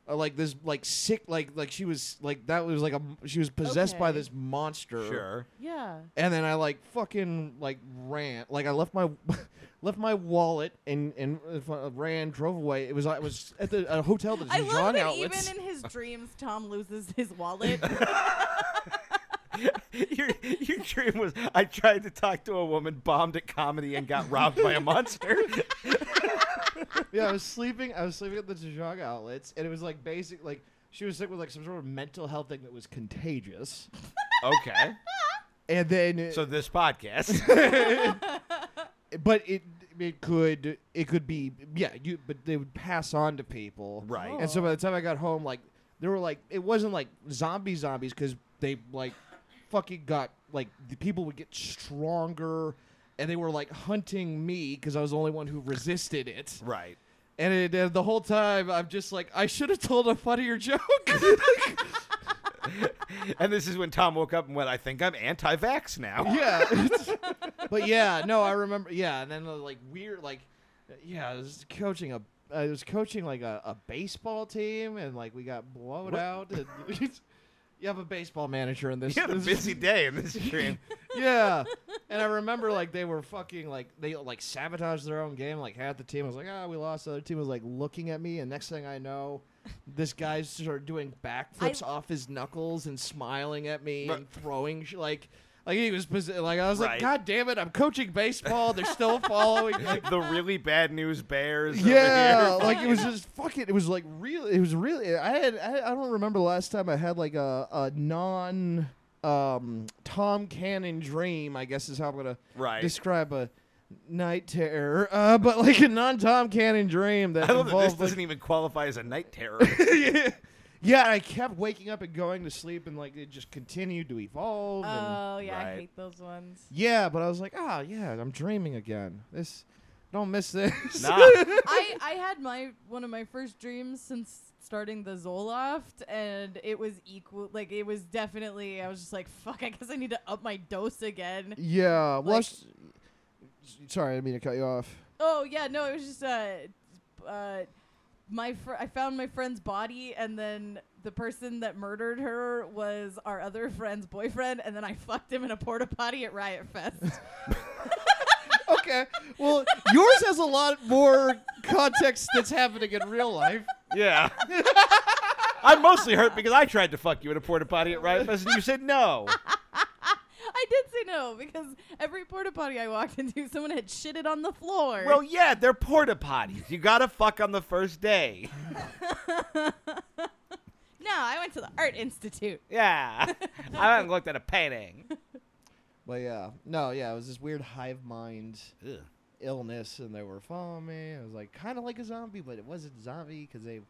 Speaker 2: Or, like this, like sick, like like she was like that was like a she was possessed by
Speaker 3: Okay.
Speaker 2: this monster.
Speaker 1: Sure.
Speaker 3: Yeah.
Speaker 2: And then I like fucking like ran, like I left my left my wallet and and uh, ran, drove away. It was I was at the a hotel that's
Speaker 3: I love
Speaker 2: John
Speaker 3: that
Speaker 2: Outlets.
Speaker 3: even in his dreams, Tom loses his wallet.
Speaker 1: your, your dream was I tried to talk to a woman, bombed at comedy, and got robbed by a monster.
Speaker 2: yeah, I was sleeping. I was sleeping at the Tajong outlets, and it was like basic. Like she was sick with like some sort of mental health thing that was contagious.
Speaker 1: Okay.
Speaker 2: And then,
Speaker 1: So this podcast.
Speaker 2: but it it could it could be yeah. You but they would pass on to people,
Speaker 1: Right.
Speaker 2: And so by the time I got home, like there were like it wasn't like zombie zombies because they like fucking got like the people would get stronger. And they were like hunting me because I was the only one who resisted it.
Speaker 1: Right.
Speaker 2: And it, uh, the whole time, I'm just like, I should have told a funnier joke.
Speaker 1: And this is when Tom woke up and went, I think I'm anti vax now.
Speaker 2: yeah. it's- but yeah, no, I remember. Yeah, and then uh, like weird, like, yeah, I was coaching a, I was coaching like a, a baseball team, and like we got blown
Speaker 1: What?
Speaker 2: out. And you have a baseball manager in this.
Speaker 1: You had a
Speaker 2: this-
Speaker 1: busy day in this stream.
Speaker 2: yeah. And I remember like they were fucking like they like sabotaged their own game. Like half the team was like, ah, we lost. The other team was like looking at me, and next thing I know, this guy's sort doing backflips
Speaker 3: I-
Speaker 2: off his knuckles and smiling at me
Speaker 1: But-
Speaker 2: and throwing sh- like. Like he was, posi- like I was
Speaker 1: Right.
Speaker 2: like, God damn it! I'm coaching baseball. They're still following. Like,
Speaker 1: the really bad news bears. over
Speaker 2: yeah,
Speaker 1: here.
Speaker 2: like it was just fucking. It was like real. It was really. I had. I, I don't remember the last time I had like a a non um Tom Cannon dream. I guess is how I'm gonna
Speaker 1: Right.
Speaker 2: describe a night terror. Uh, but like a non Tom Cannon dream that
Speaker 1: I love that this
Speaker 2: involved.
Speaker 1: doesn't even qualify as a night terror.
Speaker 2: like, yeah, I kept waking up and going to sleep, and like it just continued to evolve. and-
Speaker 3: Oh yeah, I
Speaker 1: Right.
Speaker 3: hate those ones.
Speaker 2: yeah, but I was like, ah, yeah, I'm dreaming again. This, don't miss this.
Speaker 1: nah.
Speaker 3: I, I had my one of my first dreams since starting the Zoloft, and it was equal. Like it was definitely. I was just like, fuck. I guess I need to up my dose again.
Speaker 2: Yeah. Well,
Speaker 3: Like-
Speaker 2: s- sorry, I didn't mean to cut you off.
Speaker 3: Oh yeah, no, it was just uh, uh, my fr- I found my friend's body, and then the person that murdered her was our other friend's boyfriend, and then I fucked him in a porta potty at Riot Fest.
Speaker 2: okay. Well, yours has a lot more context that's happening in real life.
Speaker 1: Yeah. I'm mostly hurt because I tried to fuck you in a porta potty at Riot Fest and you said no.
Speaker 3: I did say no because every porta potty I walked into, someone had shitted on the floor.
Speaker 1: Well, yeah, they're porta potties. You gotta fuck on the first day.
Speaker 3: no, I went to the art institute.
Speaker 1: Yeah. I haven't looked at a painting.
Speaker 2: But yeah, no, yeah, it was this weird hive mind
Speaker 1: Ugh.
Speaker 2: illness, and they were following me. It was like kind of like a zombie, but it wasn't zombie because they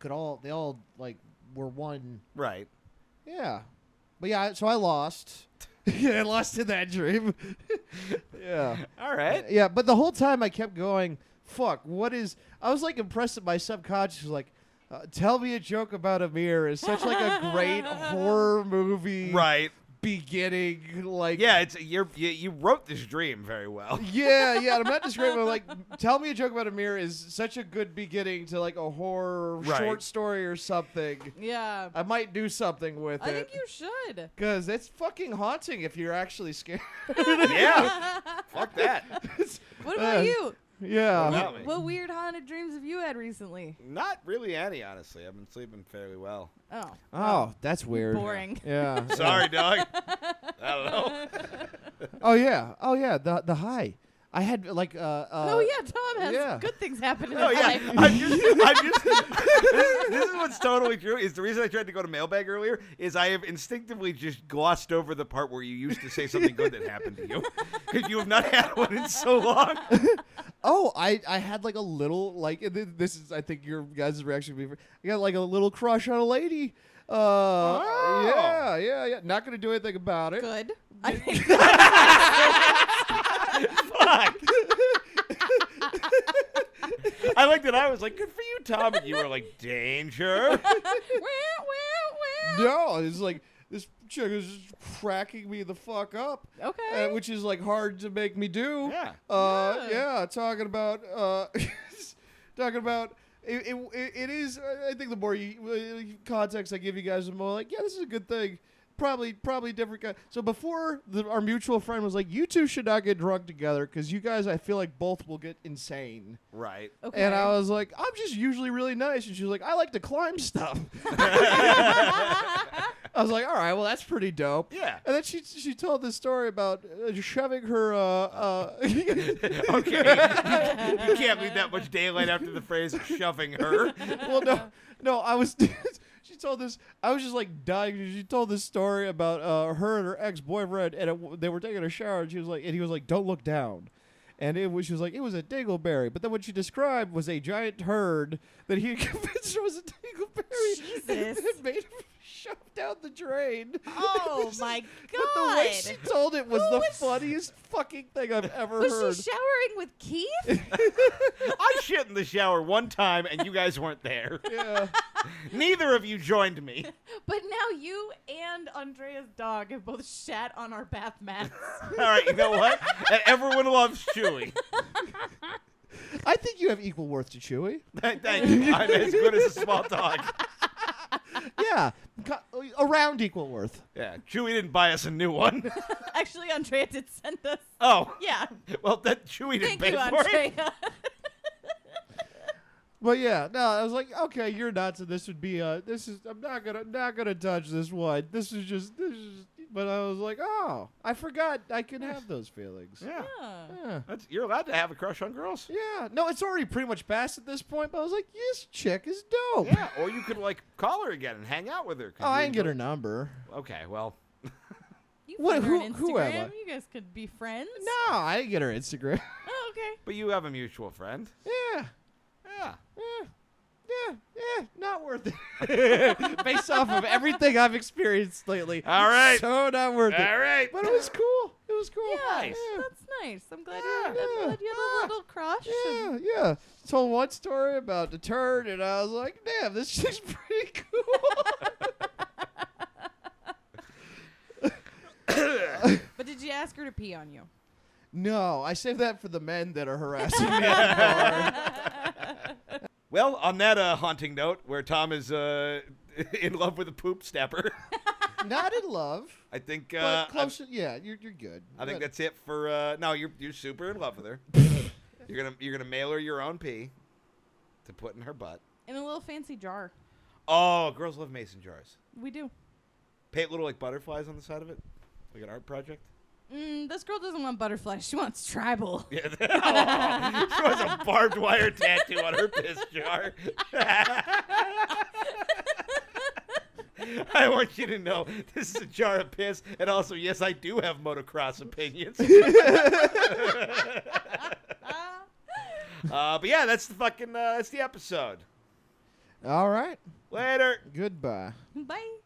Speaker 2: could all they all like were one.
Speaker 1: Right.
Speaker 2: Yeah, but yeah, so I lost. yeah, I lost in that dream. yeah.
Speaker 1: All right.
Speaker 2: Yeah, but the whole time I kept going, fuck, what is. I was like impressed that my subconscious was like, uh, tell me a joke about a mirror is such like a great horror movie
Speaker 1: Right.
Speaker 2: beginning. Like,
Speaker 1: Yeah, it's you're, you you wrote this dream very well.
Speaker 2: Yeah, yeah. and I'm not describing it. Like, tell me a joke about a mirror is such a good beginning to like a horror
Speaker 1: Right.
Speaker 2: short story or something.
Speaker 3: Yeah.
Speaker 2: I might do something with
Speaker 3: I
Speaker 2: it.
Speaker 3: think you should.
Speaker 2: Because it's fucking haunting if you're actually scared.
Speaker 1: yeah. Fuck that.
Speaker 3: What about
Speaker 2: Uh,
Speaker 3: you?
Speaker 2: yeah.
Speaker 1: Well, Probably.
Speaker 3: What weird haunted dreams have you had recently?
Speaker 1: Not really any, honestly. I've been sleeping fairly well.
Speaker 3: Oh.
Speaker 2: Oh, that's weird.
Speaker 3: Boring.
Speaker 2: Yeah.
Speaker 1: Sorry, dog. I don't know.
Speaker 2: Oh yeah. Oh yeah. The the high. I had like uh, uh
Speaker 3: oh yeah, Tom has
Speaker 2: yeah.
Speaker 3: good things happen in
Speaker 1: Oh
Speaker 3: his
Speaker 1: yeah,
Speaker 3: life.
Speaker 1: I'm just, I'm just. This, this is what's totally true. Is the reason I tried to go to mailbag earlier is I have instinctively just glossed over the part where you used to say something good that happened to you because you have not had one in so long.
Speaker 2: Oh, I I had like a little like and th- this is I think your guys' reaction would be I got like a little crush on a lady. Uh
Speaker 1: Oh.
Speaker 2: yeah, yeah, yeah. Not gonna do anything about it.
Speaker 3: Good. I think
Speaker 1: Fuck. I like that. I was like, "Good for you, Tom," and you were like, "Danger."
Speaker 3: Wah, wah, wah.
Speaker 2: No, it's like this chick is just cracking me the fuck up.
Speaker 3: Okay.
Speaker 2: Uh, which is like hard to make me do.
Speaker 1: Yeah.
Speaker 2: Uh,
Speaker 3: Yeah.
Speaker 2: yeah. Talking about uh, talking about it, it, it- It is. I think the more you, uh, context I give you guys, the more like, yeah, this is a good thing. Probably, probably different guy. So before the, our mutual friend was like, "You two should not get drunk together because you guys, I feel like both will get insane."
Speaker 1: Right.
Speaker 3: Okay.
Speaker 2: And I was like, "I'm just usually really nice," and she was like, "I like to climb stuff." I was like, all right, well, that's pretty dope.
Speaker 1: Yeah.
Speaker 2: And then she she told this story about uh, shoving her. Uh, uh,
Speaker 1: okay. you can't leave that much daylight after the phrase of shoving her.
Speaker 2: well, no, no, I was. she told this. I was just like dying. She told this story about uh, her and her ex boyfriend, and it, they were taking a shower, and she was like, and he was like, "Don't look down." And it was, she was like, it was a dingleberry. But then what she described was a giant herd that he had convinced was a dingleberry. And
Speaker 3: Jesus.
Speaker 2: it made him shove down the drain. It
Speaker 3: Oh
Speaker 2: was
Speaker 3: my
Speaker 2: But the way
Speaker 3: god.
Speaker 2: she told it was
Speaker 3: Who
Speaker 2: the
Speaker 3: was-
Speaker 2: funniest fucking thing I've ever heard.
Speaker 3: Was she showering with Keith?
Speaker 1: I shit in the shower one time and you guys weren't there.
Speaker 2: yeah.
Speaker 1: Neither of you joined me.
Speaker 3: but now you and Andrea's dog have both shat on our bath mats.
Speaker 1: All right, you know what? And Everyone loves Chewy.
Speaker 2: I think you have equal worth to Chewy.
Speaker 1: Thank you. I'm as good as a small dog.
Speaker 2: Yeah. Co- around equal worth.
Speaker 1: Yeah, Chewy didn't buy us a new one.
Speaker 3: Actually, Andrea did send us.
Speaker 1: Oh,
Speaker 3: Yeah.
Speaker 1: well, that Chewy didn't
Speaker 3: Thank
Speaker 1: pay
Speaker 3: you,
Speaker 1: for it.
Speaker 3: Andrea.
Speaker 2: But yeah, no, I was like, okay, you're nuts, and this would be uh this is I'm not gonna not gonna touch this one. This is just this is but I was like, oh, I forgot I can have those feelings.
Speaker 1: Yeah,
Speaker 3: Huh.
Speaker 2: Yeah.
Speaker 1: that's, you're allowed to have a crush on girls.
Speaker 2: Yeah. No, it's already pretty much past at this point, but I was like, this chick is dope.
Speaker 1: Yeah, or you could like call her again and hang out with her. 'cause
Speaker 2: Oh,
Speaker 1: you
Speaker 2: I didn't get her
Speaker 1: enjoy-
Speaker 2: number.
Speaker 1: Okay, well,
Speaker 3: You
Speaker 2: What-
Speaker 3: found her on
Speaker 2: who- who am
Speaker 3: Instagram.
Speaker 2: I?
Speaker 3: You guys could be friends.
Speaker 2: No, I didn't get her Instagram.
Speaker 3: Oh, okay.
Speaker 1: but you have a mutual friend.
Speaker 2: yeah.
Speaker 1: Yeah.
Speaker 2: Yeah, yeah, yeah, not worth it. Based off of everything I've experienced lately.
Speaker 1: All right.
Speaker 2: So not worth it.
Speaker 1: All right.
Speaker 2: But it was cool. It was cool.
Speaker 3: Yeah,
Speaker 1: Nice.
Speaker 3: that's nice. I'm glad, you,
Speaker 2: Oh, Yeah.
Speaker 3: I'm glad you had
Speaker 2: Yeah.
Speaker 3: a little crush.
Speaker 2: Yeah, yeah. Told one story about the turd, and I was like, damn, this shit's pretty cool.
Speaker 3: But did you ask her to pee on you?
Speaker 2: no, I save that for the men that are harassing me. at the bar.
Speaker 1: Well, on that uh, haunting note, where Tom is uh, in love with a poop snapper,
Speaker 2: Not in love,
Speaker 1: I think
Speaker 2: but
Speaker 1: uh, I,
Speaker 2: close. to- yeah, you're, you're good.
Speaker 1: I think
Speaker 2: But-
Speaker 1: that's it for. Uh, no, you're you're super in love with her. you're gonna you're gonna mail her your own pee to put in her butt.
Speaker 3: In a little fancy jar.
Speaker 1: Oh, girls love mason jars.
Speaker 3: We do.
Speaker 1: Paint little like butterflies on the side of it, like an art project.
Speaker 3: Mm, this girl doesn't want butterflies. She wants tribal.
Speaker 1: Yeah. she wants a barbed wire tattoo on her piss jar. I want you to know this is a jar of piss, and also, yes, I do have motocross opinions.
Speaker 3: Ah.
Speaker 1: uh, but yeah, that's the fucking uh, that's the episode.
Speaker 2: All right.
Speaker 1: Later.
Speaker 2: Goodbye.
Speaker 3: Bye.